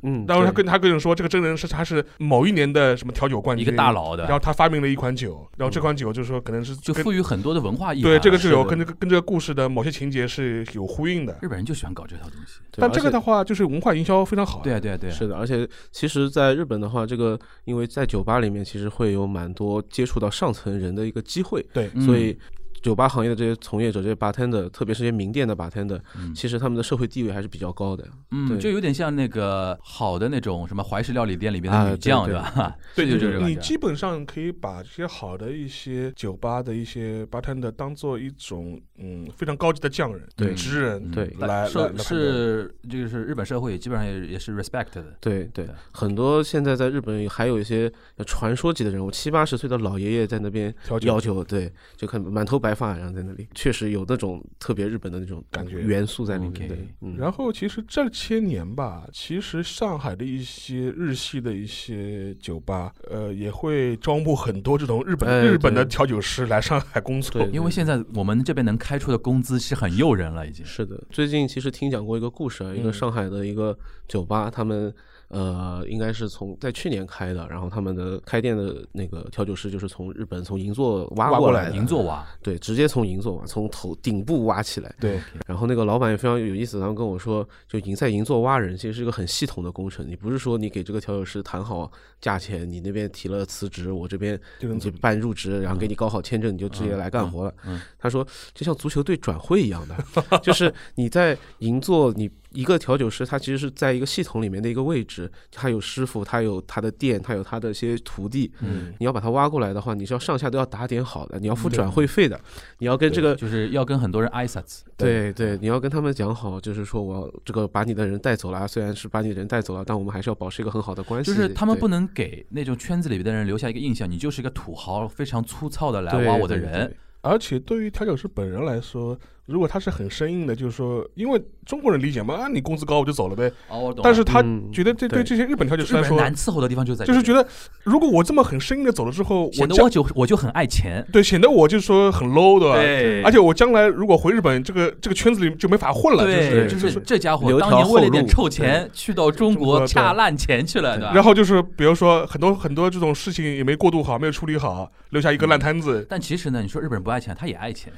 嗯，然后他对跟他跟人说，这个真人是他是某一年的什么调酒冠一军，个大佬的然，后他发明了一款酒，然后这款酒就是说可能是就跟赋予很多的文化意义。啊对这个是是有的跟这个跟这个故事的某些情节是有呼应的。日本人就喜欢搞这套东西。对但这个而且的话，就是文化营销非常好。对啊，对啊，对啊，是的，而且其实，在日本的话，这个因为在酒吧里面，其实会有蛮多接触到上层人的一个机会，对，嗯所以酒吧行业的这些从业者、这些 bartender，特别是这些名店的 bartender，嗯其实他们的社会地位还是比较高的。嗯，对就有点像那个好的那种什么怀石料理店里面啊的女对将，对吧？ <laughs> 对，这就就这个是感你觉基本上可以把这些好的一些酒吧的一些 bartender 当做一种嗯非常高级的匠人、对职人嗯对来来来社来是就是日本社会基本上也也是 respect 的，对对对，很多现在在日本还有一些传说级的人物，七八十岁的老爷爷在那边调酒要。求，对，就看满头白发，然后在那里，确实有那种特别日本的那种感觉元素在里面。 OK 对，嗯，然后其实这些年吧，其实上海的一些日系的一些酒吧，呃，也会招募很多这种日本、哎日本的对调酒师来上海工作。对因为现在我们这边能开出的工资是很诱人了，已经。是的，最近其实听讲过一个故事啊，一嗯个上海的一个酒吧，他们呃应该是从在去年开的，然后他们的开店的那个调酒师就是从日本从银座挖挖过过来的，的银座娃，对，直接从银座挖，从头顶部挖起来。对然后那个老板也非常有意思，他们跟我说，就银在银座挖人其实是一个很系统的工程，你不是说你给这个调酒师谈好价钱，你那边提了辞职，我这边你就能就办入职，然后给你搞好签证，你就直接来干活了。嗯嗯嗯他说，就像足球队转会一样的，就是你在银座，你一个调酒师，他其实是在一个系统里面的一个位置，他有师傅，他有他的店，他有他的一些徒弟。嗯，你要把他挖过来的话，你是要上下都要打点好的，你要付嗯对转会费的，你要跟这个就是要跟很多人挨撒子，对对，你要跟他们讲好，就是说我要这个把你的人带走了，啊虽然是把你人带走了，但我们还是要保持一个很好的关系。就是他们哎对不能给那种圈子里边的人留下一个印象，你就是一个土豪，非常粗糙的来对挖我的对人对。而且对于调酒师本人来说，如果他是很生硬的，就是说，因为中国人理解嘛，啊，你工资高我就走了呗。哦，我懂了。但是他嗯觉得这对对这些日本调酒就师日来本人说，难伺候的地方就在这就里，是觉得如果我这么很生硬的走了之后，我显得将我就我就很爱钱。对显得我就是说很 low 对吧？对而且我将来如果回日本，这个这个圈子里就没法混了，就是。对，就是这家伙留当条年为了后点路臭钱去到中中国国对恰烂钱去了，对吧？然后就是，比如说很多很多这种事情也没过渡好，没有处理好，留下一个烂摊 <laughs> 子。但其实呢，你说日本人不爱钱，他也爱钱，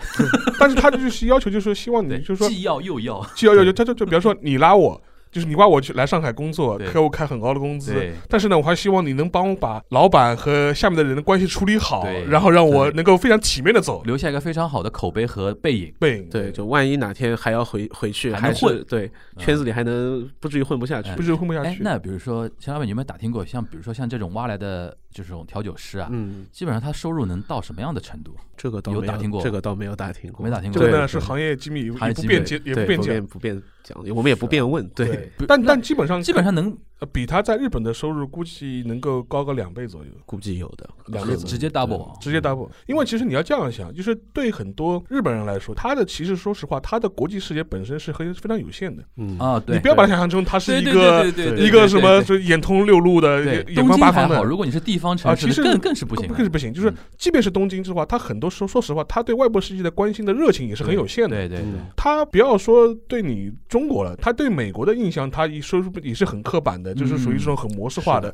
但是他就是要求，就是说希望嗯你对，就是说既要又要，既要要求，他就就比方说你拉我，就是你挖我去来上海工作，对给我开很高的工资。对，但是呢，我还希望你能帮我把老板和下面的人的关系处理好对，然后让我对能够非常体面的走。留下一个非常好的口碑和背影。背影对，就万一哪天还要回回去，还还能是混对嗯圈子里还能不至于混不下去哎。不知混不下哎，去。那比如说，钱老板，你有没有打听过，像比如说像这种挖来的这种调酒师啊，嗯，基本上他收入能到什么样的程度？这个倒有没打听过这个倒没有打听过，没打听这过个对呢对是行业机密，也不行业机密便解，也对不便不讲。便不便讲，我们也啊不便问。对，不但那但基本上基本上能呃比他在日本的收入估计能够高个两倍左右。估计有啊的。两可倍能直接 double，直接 double。因为其实你要这样想，就是对很多日本人来说，他的其实说实话，他的国际视野本身是很非常有限的。嗯，啊！你对不，要把它想象成他是对一对个对对对，对一个什么就对眼通六路的，对眼对眼东观京八还方好，的。如果你是地方城啊其市的，实更更是不行更的，更是不行，就是嗯即便是东京之话，他很多时候说实话，他对外部世界的关心的热情也是很有限的。对对对，嗯他不要说对你中国了，他对美国的印象，他一说也是很刻板的，嗯就是属于这种很模式化的。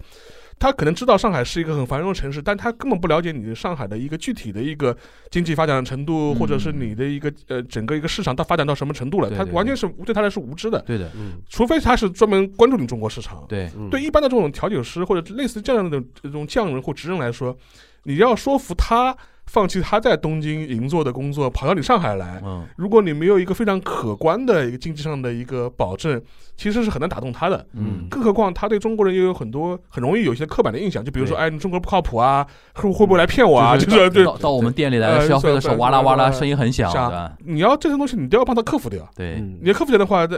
他可能知道上海是一个很繁荣的城市，但他根本不了解你上海的一个具体的一个经济发展的程度，嗯或者是你的一个呃整个一个市场它发展到什么程度了，对他对完全是对他来说无知的，对的，嗯除非他是专门关注你中国市场。对，嗯，对一般的这种调酒师或者类似这样的这种匠人或职人来说，你要说服他放弃他在东京银座的工作，跑到你上海来。嗯，如果你没有一个非常可观的一个经济上的一个保证，其实是很难打动他的。嗯更何况他对中国人也有很多很容易有一些刻板的印象，就比如说，对哎，你中国不靠谱啊，会会不会来骗我啊？就是对，到到我们店里呃来消费的时啊候，哇啦哇啦，声音很响的，你要这些东西，你都要帮他克服掉。对，嗯你要克服掉的话，那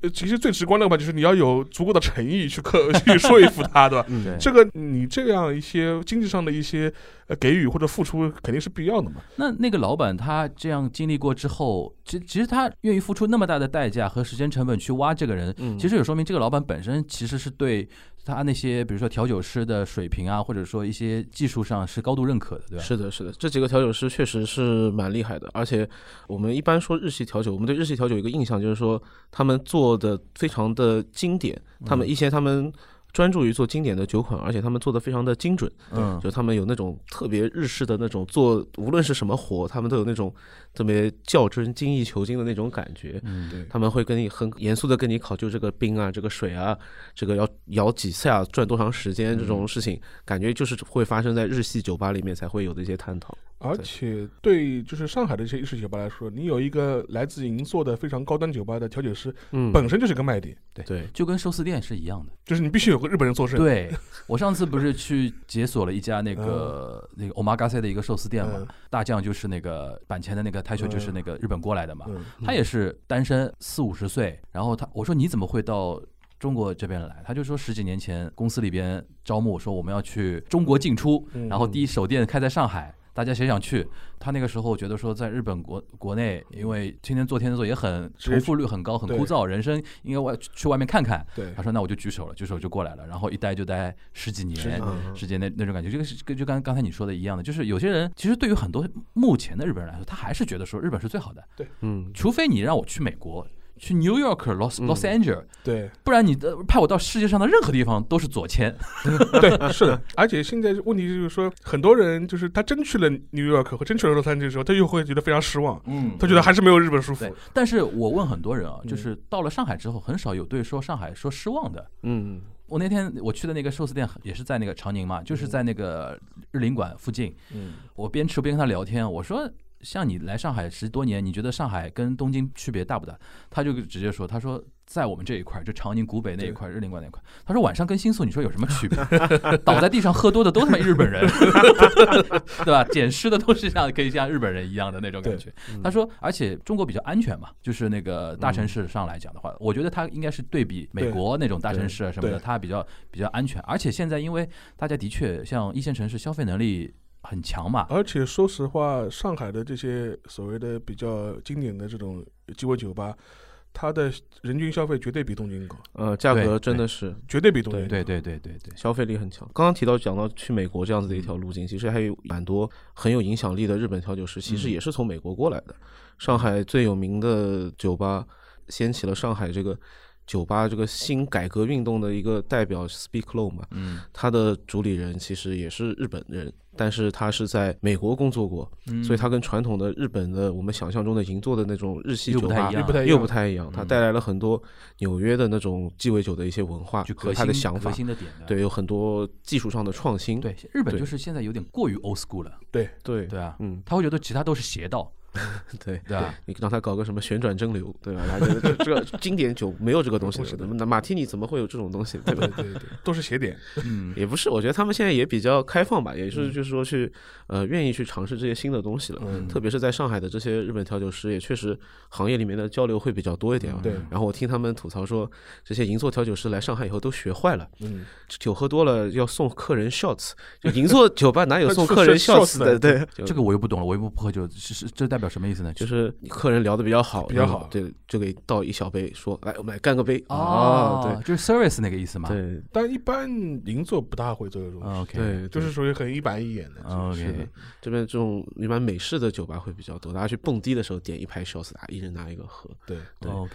呃其实最直观的话就是你要有足够的诚意去克 <laughs> 去说服他，对吧？嗯对这个你这样一些经济上的一些呃给予或者付出肯定是必要的嘛。那那个老板他这样经历过之后，其其实他愿意付出那么大的代价和时间成本去挖这个人，嗯其实有说明这个老板本身其实是对他那些比如说调酒师的水平啊，或者说一些技术上是高度认可的，对吧？是的，是的，这几个调酒师确实是蛮厉害的，而且我们一般说日系调酒，我们对日系调酒有一个印象就是说他们做的非常的经典，他嗯们一些他们专注于做经典的酒款，而且他们做的非常的精准，嗯，就他们有那种特别日式的那种做，无论是什么活，他们都有那种特别较真、精益求精的那种感觉。嗯，对，他们会跟你很严肃的跟你考究这个冰啊、这个水啊、这个要摇几下、转多长时间这种事情，感觉就是会发生在日系酒吧里面才会有的一些探讨。而且对就是上海的一些意式酒吧来说，你有一个来自银座的非常高端酒吧的调酒师，嗯，本身就是个卖点，对，就跟寿司店是一样的。就是你必须有个日本人做事。对我上次不是去解锁了一家那个、那个 omakase 的一个寿司店嘛，嗯大酱就是那个板前的那个泰秀就是那个日本过来的嘛，嗯，他也是单身四五十岁，然后他我说你怎么会到？中国这边来，他就说十几年前公司里边招募说我们要去中国进出，嗯然后第一首店开在上海，大家谁想去？他那个时候觉得说在日本国国内，因为天天做天天做也很直接重复率很高，很对枯燥，人生应该外去去外面看看。对他，说那我就举手了，举手就过来了，然后一待就待十几十几年。年嗯之间那那种感觉，这个是跟就刚刚才你说的一样的，就是有些人其实对于很多目前的日本人来说，他还是觉得说日本是最好的，嗯，除非你让我去美国，去 New York、Los 嗯 Los Angeles，对。不然你的派我到世界上的任何地方都是左迁。对，是的，而且现在问题就是说，很多人就是他真去了 New York 和真去了洛杉矶的时候，他又会觉得非常失望， <laughs> 嗯他觉得还是没有日本舒服对。。但是我问很多人啊，嗯就是到了上海之后，很少有对说上海说失望的。嗯我那天我去的那个寿司店也是在那个长宁嘛，就是在那个日领馆附近，嗯，我边吃边跟他聊天，我说。像你来上海十多年，你觉得上海跟东京区别大不大？他就直接说：“他说在我们这一块儿，就长宁、古北那一块儿、日领馆那一块儿，他说晚上跟新宿，你说有什么区别？ <laughs> 倒在地上喝多的都他妈日本人， <laughs> 对吧？捡尸的都是像可以像日本人一样的那种感觉。”嗯他说：“而且中国比较安全嘛，就是那个大城市上来讲的话，我觉得它应该是对比美国那种大城市啊什么的，对它比较比较安全。而且现在因为大家的确像一线城市消费能力很强嘛，而且说实话，上海的这些所谓的比较经典的这种鸡尾酒吧，它的人均消费绝对比东京高，呃，价格对真的是绝对比东京对高。对对对对对，消费力很强。刚刚提到讲到去美国这样子的一条路径，其实还有蛮多很有影响力的日本调酒师，其实嗯也是从美国过来的。上海最有名的酒吧，掀起了上海这个酒吧这个新改革运动的一个代表 Speak Low 嘛，嗯他的主理人其实也是日本人，但是他是在美国工作过，嗯，所以他跟传统的日本的我们想象中的银座的那种日系又酒不太吧一样不太一样又不太一样，嗯它带来了很多纽约的那种鸡尾酒的一些文化就和革他新的想革法，新的点的，对，有很多技术上的创新。对，日本对就是现在有点过于 old school 了，对对啊，嗯，他会觉得其他都是邪道，对。对吧？你让他搞个什么旋转蒸馏，对吧？他 <laughs> 觉得这这个经典酒没有这个东西不是的的，那马提尼怎么会有这种东西，对吧？ <laughs> 对对对，都是斜点。嗯， <laughs> 也不是，我觉得他们现在也比较开放吧，也是嗯就是说去呃愿意去尝试这些新的东西了。嗯，特别是在上海的这些日本调酒师，也确实行业里面的交流会比较多一点啊。嗯对，然后我听他们吐槽说，这些银座调酒师来上海以后都学坏了，嗯，酒喝多了要送客人 shots，就银座酒吧哪有送客人是 shots shots 的？ <laughs> 对，就这个我又不懂了，我又不喝酒，是是这代表什么意思呢？就是是客人聊得比较好，比较好对，就给倒一小杯，说来我们来干个杯哦啊，，就是 service 那个意思嘛，对对但一般银座不大会做这种事，嗯，OK，对，就是属于很一板一眼的。是的 OK，这边这种一般美式的酒吧会比较多，大家去蹦迪的时候点一排 shots，大家一人拿一个喝。对，对 OK，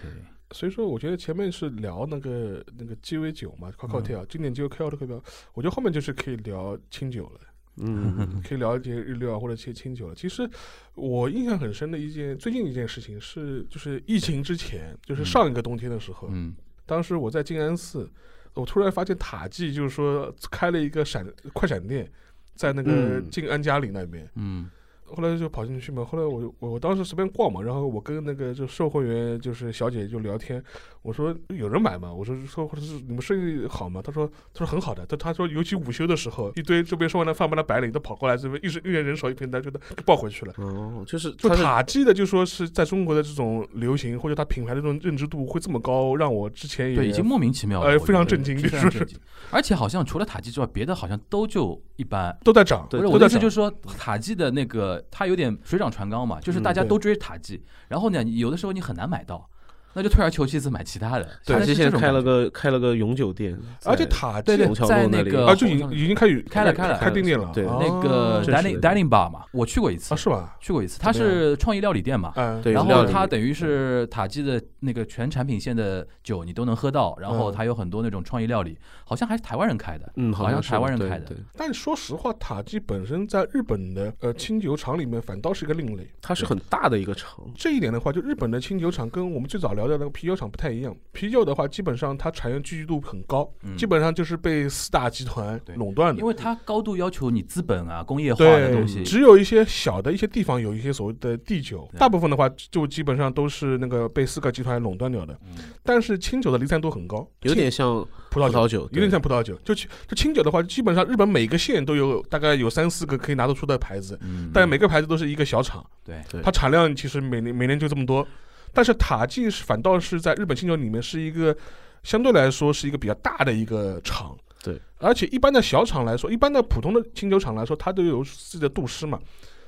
所以说我觉得前面是聊那个那个鸡尾酒嘛，cocktail，经典鸡尾 cocktail，我觉得后面就是可以聊清酒了。 <laughs> 嗯可以聊一些日料或者一些清酒了。其实我印象很深的一件最近一件事情是，就是疫情之前，就是上一个冬天的时候，嗯，当时我在静安寺，我突然发现塔记就是说开了一个闪快闪店，在那个嗯静安嘉里那边，嗯，后来就跑进去嘛。后来我我我当时随便逛嘛，然后我跟那个就售货员就是小姐就聊天，我说有人买吗？我说说或者是你们生意好吗？她说她说很好的，她她说尤其午休的时候，一堆这边说完了贩卖的白领都跑过来这边，一时一人人手一瓶单，就抱回去了。哦，就是就它是塔基的，就说是在中国的这种流行或者它品牌的这种认知度会这么高，让我之前也对，已经莫名其妙了，呃我觉得非常震惊非常就是震惊。而且好像除了塔基之外，别的好像都就一般。都在涨，对不是都我在的意思涨就是说，塔基的那个它有点水涨船高嘛，就是嗯大家对都追塔基，然后呢，有的时候你很难买到，那就退而求其次买其他的。对塔嗯现在基是现在这种开了感觉个开了个永久店，而且在塔对基对虹，桥在路那那里个啊，就已经已经开始开了开了开店店了，对啊那个正式的 dining dining bar 嘛，我去过一次啊，是吧？去过一次，它怎么是创意料理店嘛。嗯，对然有料后理它等于是塔基的那个全产品线的酒，你都能喝到。然后嗯它有很多那种创意料理，好像还是台湾人开的。嗯，好像像是台湾人对开的对，但说实话，塔基本身在日本的呃清酒厂里面反倒是一个另类。它是很大的一个厂，这一点的话，就日本的清酒厂跟我们最早聊的那个啤酒厂不太一样。啤酒的话，基本上它产业聚集度很高，嗯基本上就是被四大集团对垄断的因。为它高度要求你资本啊、工业化的东西对，。只有一些小的一些地方有一些所谓的地酒，对大部分的话就基本上都是那个被四个集团垄断掉的。嗯但是清酒的离散度很高，有点像葡葡萄酒。萄酒，有点对像葡萄酒，就清就清酒的话，基本上日本每个县都有大概有三四个可以拿得出的牌子，嗯但每个牌子都是一个小厂，对对它产量其实每年每年就这么多。但是塔记是反倒是在日本清酒里面是一个相对来说是一个比较大的一个厂，对，而且一般的小厂来说，一般的普通的清酒厂来说，它都有自己的度师嘛，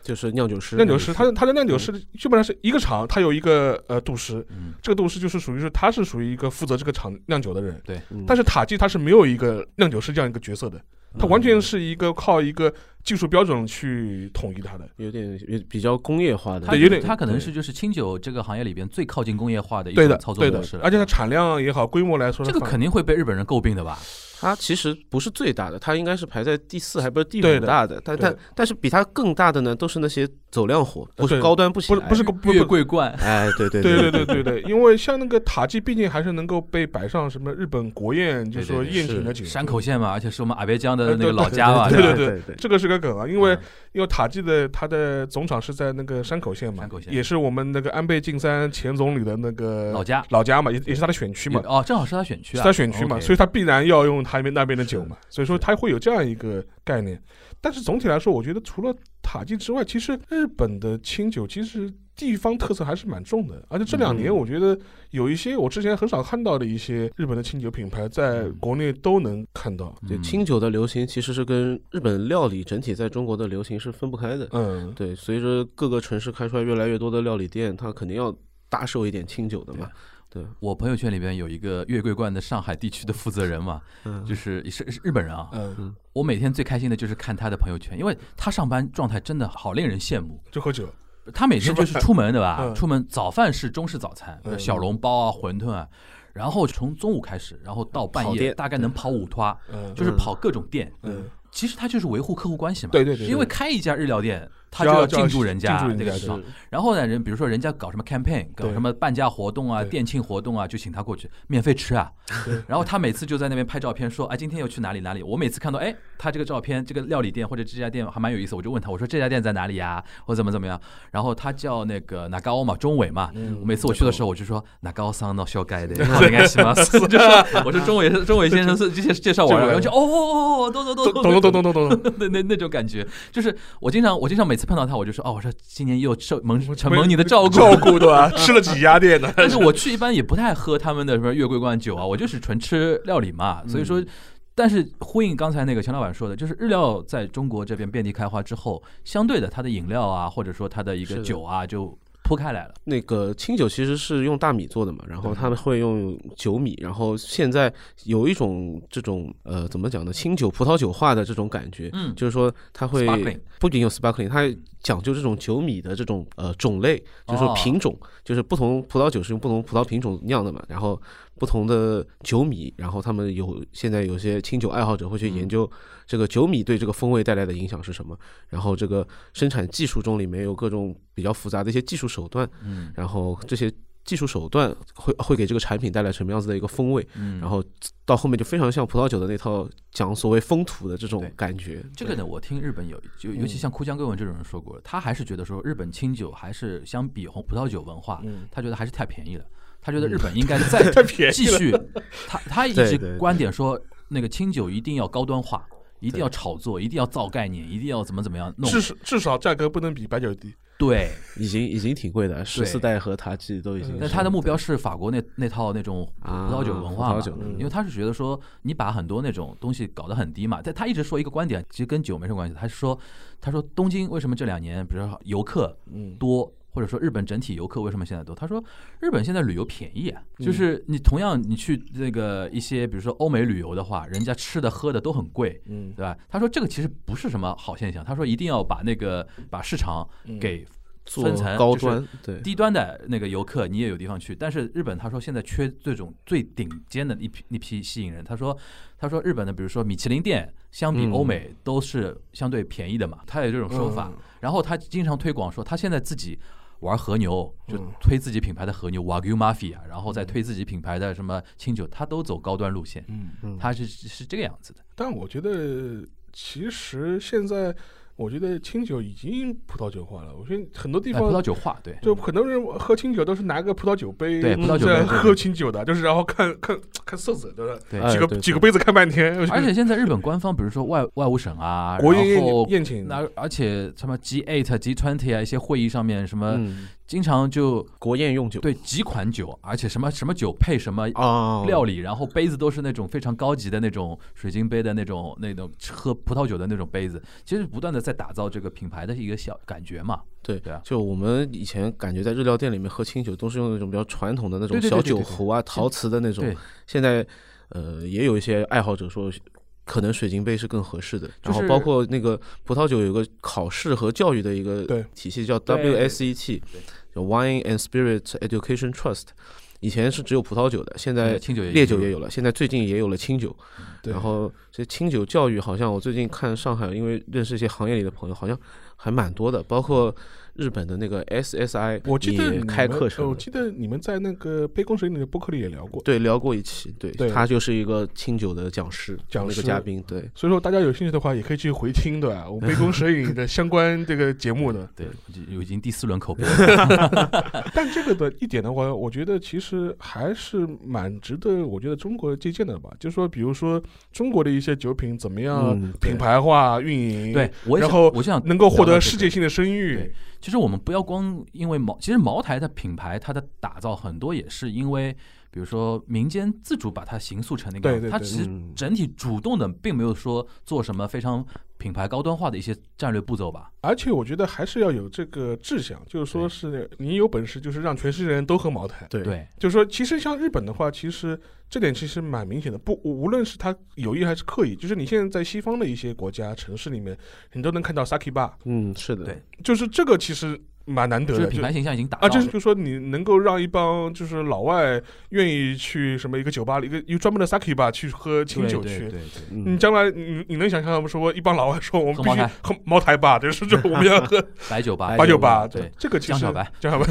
就是酿酒师，酿酒师，它的它的酿酒师基本上是一个厂，它有一个呃度师，嗯这个度师就是属于是他是属于一个负责这个厂酿酒的人，嗯但是塔基他是没有一个酿酒师这样一个角色的，他完全嗯是一个靠一个技术标准去统一他的。有点有比较工业化的，它有点它可能对是就是清酒这个行业里边最靠近工业化的一对种的操，作对的模式，了。而且它产量也好，规模来说的这话，个肯定会被日本人诟病的吧？它其实不是最大的，它应该是排在第四还不是第对五的大的，但对但的但是比它更大的呢，都是那些走量货，不对是高端不起不是来，不是个不月不桂冠，哎，对对对对对对对对，因为像那个塔基，毕竟还是能够被摆上什么日本国宴，就对对说对宴请是的酒。山口县嘛，而且是我们阿贝江的呃那个对老家嘛，对吧对对对这个是个梗啊，因为嗯因为塔基的它的总厂是在那个山口县嘛山口，县也是我们那个安倍晋三前总理的那个嗯老家老家嘛，也也是他的选区嘛，哦，正好是他选区是啊，他选区嘛，所以以他必然要用他那边那边的酒嘛，所以说他会有这样一个概念。但是总体来说，我觉得除了塔基之外，其实日本的清酒其实地方特色还是蛮重的，而且这两年嗯我觉得有一些我之前很少看到的一些日本的清酒品牌，在嗯国内都能看到。对，清酒的流行其实是跟日本料理整体在中国的流行是分不开的。嗯，对，随着各个城市开出来越来越多的料理店，它肯定要搭售一点清酒的啊嘛。我朋友圈里边有一个月桂冠的上海地区的负责人嘛，嗯，就是是是日本人啊。嗯，我每天最开心的就是看他的朋友圈，因为他上班状态真的好令人羡慕。就喝酒，他每天就是出门对吧嗯？出门早饭是中式早餐，嗯小笼包啊、馄饨啊，然后从中午开始，然后到半跑夜店大概能跑五趟，嗯，就是跑各种店。嗯，其实他就是维护客户关系嘛。对对对，因为开一家日料店，他就就要要就要进驻人家进驻人这家个地方。然后呢，人比如说人家搞什么 campaign，搞对什么半价活动啊、对店庆活动啊，就请他过去免费吃啊对。然后他每次就在那边拍照片，说啊，今天又去哪里哪里。我每次看到哎，他这个照片、这个料理店或者这家店还蛮有意思，我就问他，我说这家店在哪里呀、或怎么怎么样。然后他叫那个哪高嘛，中尾嘛。嗯每次我去的时候，我就说哪高桑呢，小改的，应该什么？就说我说中尾中尾先生是介介绍我，这个然后就哦哦哦，哦懂懂懂懂懂懂懂懂懂懂，那那那种感觉，就是我经常我经常每次碰到他，我就说哦，我说今年又受蒙 <laughs> 承蒙你的照顾。照顾对 <laughs> 吧？吃了几家店呢？ <laughs> 但是我去一般也不太喝他们的什么月桂冠酒啊，我就是纯吃料理嘛，所以说。但是呼应刚才那个钱老板说的，就是日料在中国这边遍地开花之后，相对的它的饮料啊，或者说它的一是个的酒啊，就铺开来了。那个清酒其实是用大米做的嘛，然后他们会用酒米，然后现在有一种这种呃怎么讲呢，清酒葡萄酒化的这种感觉，嗯就是说它会 Sparkling 不仅有 sparkling，它讲究这种酒米的这种呃种类，就是哦说品种，就是不同葡萄酒是用不同葡萄品种酿的嘛，然后不同的酒米，然后他们有现在有些清酒爱好者会去嗯研究这个酒米对这个风味带来的影响是什么，然后这个生产技术中里面有各种比较复杂的一些技术手段，嗯，然后这些技术手段会会给这个产品带来什么样子的一个风味，嗯然后到后面就非常像葡萄酒的那套讲所谓风土的这种对感觉。这个呢，我听日本有，就尤其像哭江歌文这种人说过，他还是觉得说日本清酒还是相比红葡萄酒文化，嗯他觉得还是太便宜了。他觉得日本应该再继 <laughs> 续，他他一对直对对观点说那个清酒一定要高端化，一定对要炒作，一定要造概念，一定要怎么怎么样弄。至少至少价格不能比白酒低。对，已经已经挺贵的，十四代和塔吉都已经嗯是。但他的目标是法国那那套那种葡啊萄酒文化葡嘛萄酒文化因为他是觉得说你把很多那种东西搞得很低嘛，但他一直说一个观点，其实跟酒没什么关系。他是说，他说东京为什么这两年，比如说游客嗯多，或者说日本整体游客为什么现在多？他说日本现在旅游便宜啊，嗯就是你同样你去那个一些比如说欧美旅游的话，人家吃的喝的都很贵，嗯对吧？他说这个其实不是什么好现象，他说一定要把那个把市场给嗯做分层高就是端对低端的那个游客你也有地方去，但是日本他说现在缺这种最顶尖的一批一批吸引人。他说他说日本的比如说米其林店相比嗯欧美都是相对便宜的嘛，他有这种说法。然后他经常推广说他现在自己。玩和牛就推自己品牌的和牛 Wagyu Mafia，然后再推自己品牌的什么清酒，他都走高端路线，嗯，嗯他是是这个样子的。但我觉得其实现在，我觉得清酒已经葡萄酒化了。我觉得很多地哎葡方萄酒化对，就很多人喝清酒都是拿个葡萄酒杯，嗯对葡萄酒在杯对喝清酒的，就是然后看看看色泽的，对几哎个对几个杯子看半天，我觉得而且现在日本官方，比如说外外务省啊，国宴然后宴宴请那而且什么 G eight、G twenty 啊，一些会议上面什么，嗯经常就国宴用酒呃对几款酒，而且什么什么酒配什么啊料理，然后杯子都是那种非常高级的那种水晶杯的那种那种喝葡萄酒的那种杯子，其实不断的在打造这个品牌的一个小感觉嘛。对对啊就我们以前感觉在日料店里面喝清酒都是用那种比较传统的那种对对对小对对酒壶啊、陶瓷的那种对。现在呃也有一些爱好者说。可能水晶杯是更合适的，就然是后包括那个葡萄酒有个考试和教育的一个对体系叫对 WSET，叫 Wine and Spirit Education Trust。以前是只有葡萄酒的，现在清酒也烈酒也有了，现在最近也有了清酒。对然后这清酒教育好像我最近看上海，因为认识一些行业里的朋友，好像还蛮多的，包括日本的那个 SSI，我记得你也们哦开课程我了，记得你们在那个杯弓蛇影里的播客里也聊过，对，聊过一期，对对他就是一个清酒的讲师，讲那师个嘉宾，对，所以说大家有兴趣的话也可以去回听，对吧？我们杯弓蛇影的相关这个节目呢，对，就已经第四轮口碑 <laughs> 了。但这个的一点的话，我觉得其实还是蛮值得，我觉得中国借鉴的吧。就是说，比如说中国的一些酒品怎么样嗯对品牌化运营，对，，我也然想后我就想能够获聊到得这世个界性的声誉对。其实我们不要光因为茅，其实茅台的品牌它的打造很多也是因为，比如说民间自主把它形塑成那个样子，对对它对其实嗯整体主动的，并没有说做什么非常品牌高端化的一些战略步骤吧。而且我觉得还是要有这个志向，就是说对是你有本事，就是让全世界人都喝茅台。对对，就是说，其实像日本的话，其实这点其实蛮明显的，不无无论是他有意还是刻意，就是你现在在西方的一些国家城市里面，你都能看到 sake bar，嗯，是的，对就是这个其实蛮难得就的，是品牌形象已经打造啊，就了是就说你能够让一帮就是老外愿意去什么一个酒吧里一个一个专门的 sake bar 去喝清酒对对去。对对你嗯，将来你你能想象他们说一帮老外说我们喝必茅须台喝茅台吧，就是就我们要 <laughs> 喝白酒吧，八白九酒八，吧对这个其实江小白，江小白，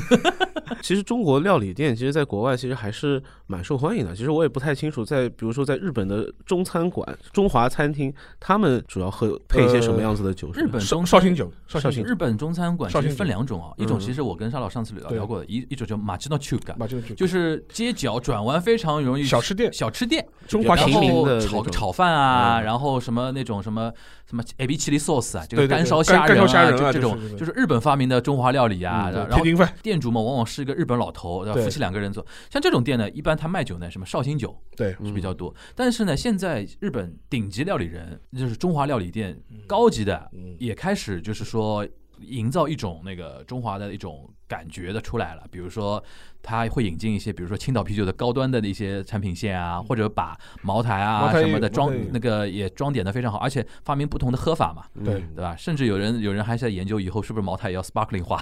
其实中国料理店其实在国外其实还是蛮受欢迎的。其实我也不太清楚，在比如说在日本的中餐馆、中华餐厅，他们主要喝配一些什么样子的酒？日本绍中绍兴酒，绍绍兴兴酒，日本中餐馆绍其兴实酒分两种啊，一嗯种其实我跟沙老上次聊对聊过的，一一种叫马吉诺 c h u g a 马这酒，就是街角转弯非常容易小吃店，小吃店，中比华较然小平吃民后的那炒个种炒饭啊，嗯然后什么那种什么什么 A B 七 i sauce 啊，这对对个干对烧干虾干烧虾啊，仁啊就就这是种是就是日本发明的中华料理啊，嗯然对后天津饭，店主嘛往往是一个日本老头，然后对嗯夫妻两个人做。像这种店呢，一般他卖酒呢，什么绍兴酒对，是比较多，但是呢，现在日本顶级料理人就是中华料理店高级的嗯也开始就是说。营造一种那个中华的一种感觉的出来了，比如说他会引进一些，比如说青岛啤酒的高端的一些产品线啊，或者把茅台啊茅台什么也的装茅台也那个也装点的非常好，而且发明不同的喝法嘛，嗯对对吧？甚至有人有人还在研究以后是不是茅台也要 sparkling 化，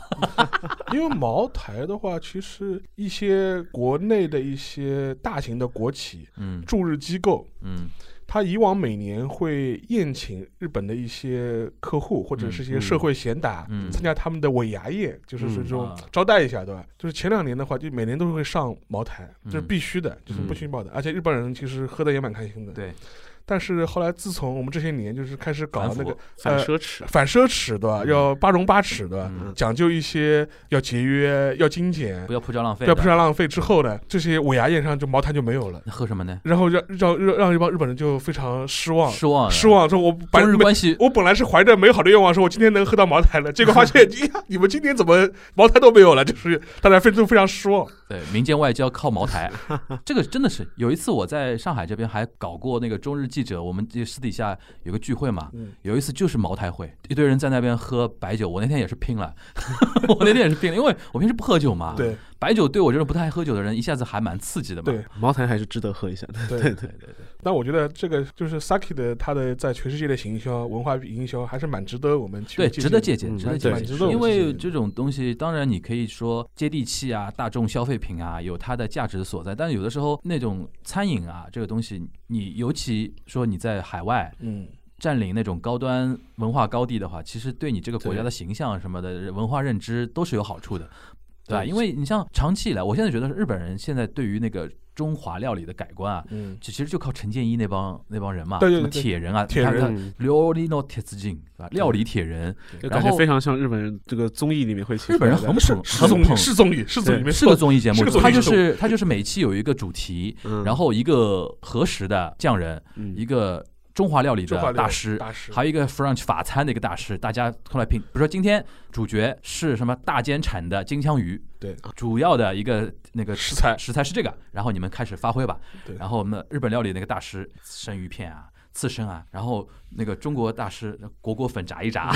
因为茅台的话，其实一些国内的一些大型的国企、嗯驻日机构，嗯，他以往每年会宴请日本的一些客户或者是一些嗯社会贤达，嗯参加他们的尾牙宴，就是说嗯这种啊招待一下，对吧？就是前两年的话，就每年都会上茅台，这是嗯必须的，就是不寻报的。而且日本人其实喝的也蛮开心的。对，但是后来自从我们这些年就是开始搞反腐那个反奢侈，啊反奢侈，对吧？嗯要八荣八耻，对吧？嗯，讲究一些要节约、要精简不，要铺张浪费不的，要铺张浪费。之后呢，这些尾牙宴上就茅台就没有了。那喝什么呢？然后让让让让一帮日本人就非常失望，失望了，失望说我本中日没关系我本来是怀着美好的愿望，说我今天能喝到茅台 <laughs> 了，结果发现，哎呀，你们今天怎么茅台都没有了？ <laughs> 就是大家非都非常失望。对民间外交靠茅台，这个真的是有一次我在上海这边还搞过那个中日记者，我们就私底下有个聚会嘛，嗯有一次就是茅台会，一堆人在那边喝白酒，我那天也是拼了， <laughs> 我那天也是拼了，因为我平时不喝酒嘛，， <laughs> 对白酒对我这种不太爱喝酒的人一下子还蛮刺激的嘛，对茅台还是值得喝一下的。对，对对对，但我觉得这个就是 Saki 的他的在全世界的行销、文化营销还是蛮值得我们去对，借鉴值得借鉴，嗯值得蛮借蛮值鉴得我，们因借为鉴这种东西，当然你可以说接地气啊，大众消费品啊，有它的价值所在，但有的时候那种餐饮啊，这个东西，你尤其说你在海外嗯，占领那种高端文化高地的话，其实对你这个国家对的形象什么的文化认知都是有好处的，对吧？对因为你像长期以来，我现在觉得日本人现在对于那个中华料理的改观啊，嗯，其其实就靠陈建一那帮那帮人嘛，对对什么对对铁人啊，铁他人他嗯料理の铁子进，对吧？料理铁人，就然感觉后非常像日本人这个综艺里面会请日本人出来很的是捧，是很综捧艺，，是综艺，是综艺，对没是个综艺节是目个综，艺他就节目是他就是每期有一个主题，嗯然后一个和食的匠人，嗯一个中华料理中华料的理大师，大师，还有一个 French 法餐的一个大师，大家后来评，比如说今天主角是什么大间产的金枪鱼，对，主要的一个那个食材食材是这个，然后你们开始发挥吧对。然后我们日本料理那个大师生鱼片啊。刺身啊，然后那个中国大师裹裹粉炸 <laughs> 一炸，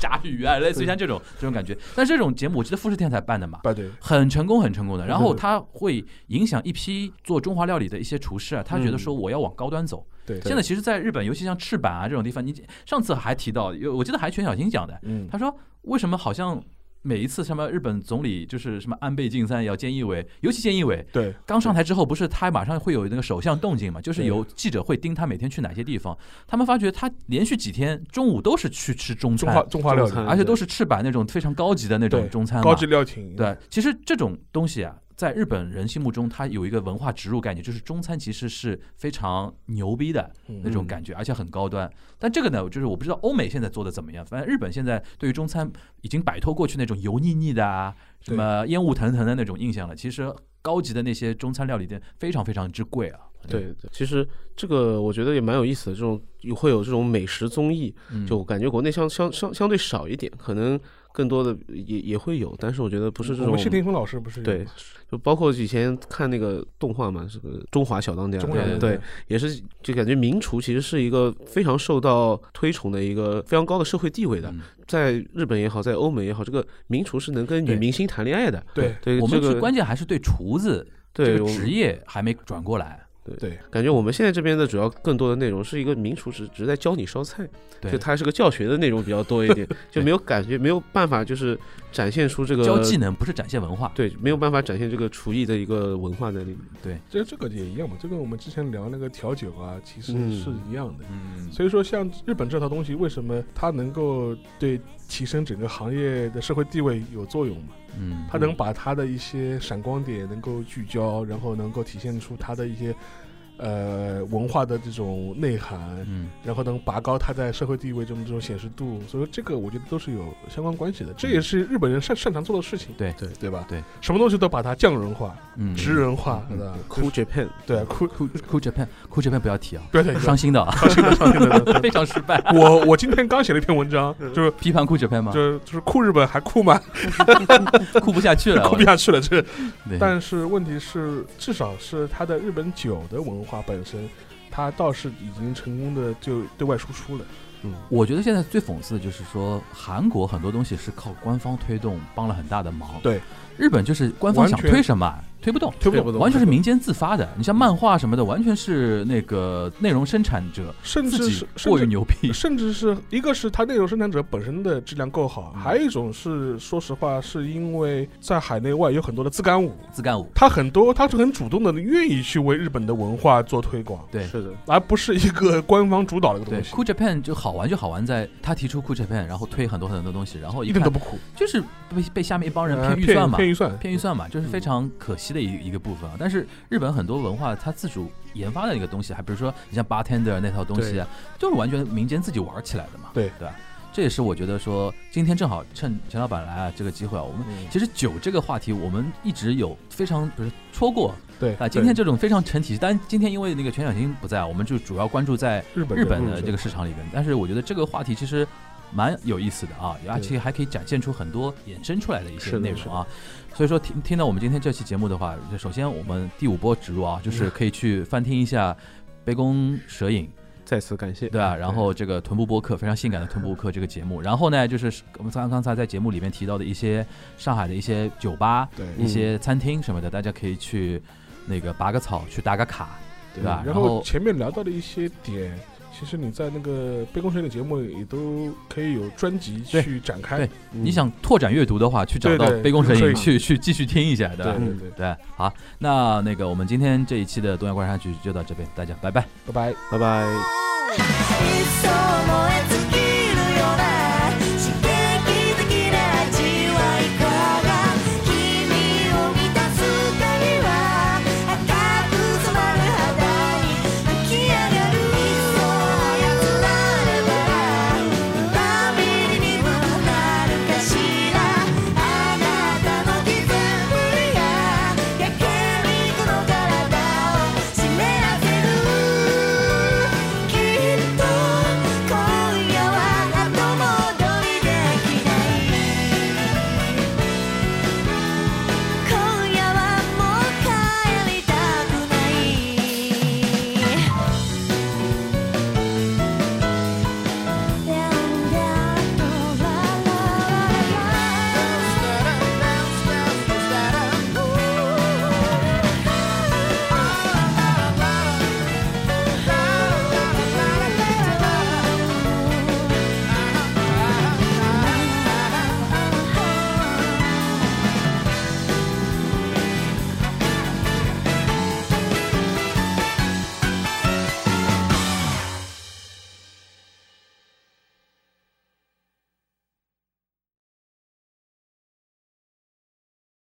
炸鱼啊，类似于像这种这种感觉。但是这种节目我记得富士电台办的嘛，哎对对很成功，很成功的。然后嗯他会影响一批做中华料理的一些厨师啊，他觉得说我要往高端走。对，现在其实，在日本，尤其像赤坂啊这种地方，你上次还提到，有我记得还全小新讲的，嗯，他说为什么好像每一次什么日本总理就是什么安倍晋三也要菅义伟，尤其菅义伟对刚上台之后，不是他马上会有那个首相动静嘛，就是对有记者会盯他每天去哪些地方，他们发觉他连续几天中午都是去吃中中华餐，中华料理中，餐而且都是赤坂那种非常高级的那种对中餐嘛，高级料理，对，其实这种东西啊，在日本人心目中，它有一个文化植入概念，就是中餐其实是非常牛逼的那嗯，种感觉，而且很高端。但这个呢，就是我不知道欧美现在做的怎么样，反正日本现在对于中餐已经摆脱过去那种油腻腻的啊，什对么烟雾腾腾的那种印象了。其实高级的那些中餐料理店非常非常之贵啊。对，对其实这个我觉得也蛮有意思的，这种有会有这种美食综艺，嗯就感觉国内相相相相对少一点，可能更多的也也会有，但是我觉得不是这我种们谢霆锋老师不是有对吗，就包括以前看那个动画嘛，这个《中华小当家》，中华小对当对，也是就感觉名厨其实是一个非常受到推崇的一个非常高的社会地位的，嗯在日本也好，在欧美也好，这个名厨是能跟女对明星谈恋爱的。对对，我们这去个关键还是对厨子这对个我职业还没转过来。对感觉我们现在这边的主要更多的内容是一个名厨只只是在教你烧菜，对就它是个教学的内容比较多一 <laughs> 点，就没有感觉没有办法就是展现出这个教技能不是展现文化，对，没有办法展现这个厨艺的一个文化在里面。这这个也一样嘛，这个我们之前聊那个调酒啊，其实嗯是一样的。嗯，所以说，像日本这套东西，为什么它能够对提升整个行业的社会地位有作用嘛？嗯，它能把它的一些闪光点能够聚焦，然后能够体现出它的一些呃文化的这种内涵，嗯。然后能拔高它在社会地位这么这种显示度。所以说，这个我觉得都是有相关关系的，这也是日本人擅擅长做的事情。对对对吧？对，什么东西都把它匠人化、嗯，职人化，嗯对吧？ Cool Japan，对，酷 Cool Cool Japan Cool Japan 不要提啊，不要 <laughs> 太伤心的啊，伤心的，伤心的。非常失败。我我今天刚写了一篇文章，就是批判 Cool Japan 吗？就是就是酷日本还酷吗？酷不下去 <laughs> 了，酷不下去了，这。啊对但是问题是，至少是它的日本酒的文化本身，它倒是已经成功的就对外输出了。我觉得现在最讽刺的就是说，韩国很多东西是靠官方推动帮了很大的忙，对，日本就是官方想完全推什么推不动，推不不动，懂完全是民间自发的。你像漫画什么的，完全是那个内容生产者甚自至己是甚过于至牛逼，甚至是一个是它内容生产者本身的质量够好，嗯还有一种是说实话是因为在海内外有很多的自干舞，自干舞。它很多它是很主动的愿意去为日本的文化做推广，对是的，而不是一个官方主导的一个对东西， ，Cool Japan 就好玩就好玩在他提出 Cool Japan，然后推很多很多东西，然后一一点都看不 <laughs> 苦，就是被被下面一帮人呃骗预算嘛，骗预算，骗预算嘛，就是非常可惜的一一个部分啊。但是日本很多文化它自主研发的那个东西，还比如说你像 bartender 那套东西啊，就是完全民间自己玩起来的嘛，对对吧？这也是我觉得说，今天正好趁陈老板来啊这个机会啊，我们嗯其实酒这个话题我们一直有非常不是戳过对啊。今天这种非常成体，但今天因为那个全小新不在啊，我们就主要关注在日本日本的嗯这个市场里边。但是我觉得这个话题其实蛮有意思的啊，而且还可以展现出很多衍生出来的一是些的内是容的啊。所以说听听到我们今天这期节目的话，首先我们第五波植入啊，就是可以去翻听一下。杯弓蛇影，再次感谢。对吧、然后这个臀部播客非常性感的臀部播客这个节目，然后呢，就是我们刚刚才在节目里面提到的一些上海的一些酒吧、对一些餐厅什么的，大家可以去那个拔个草，去打个卡，对吧？然后前面聊到的一些点。其实你在那个杯弓蛇影的节目也都可以有专辑对去展开，对对嗯你想拓展阅读的话，去找对到对杯弓蛇杯影弓蛇去去继续听一下，对吧？对对，对，好，那那个我们今天这一期的东亚观察局就到这边，大家拜拜。拜拜。拜拜。 It's so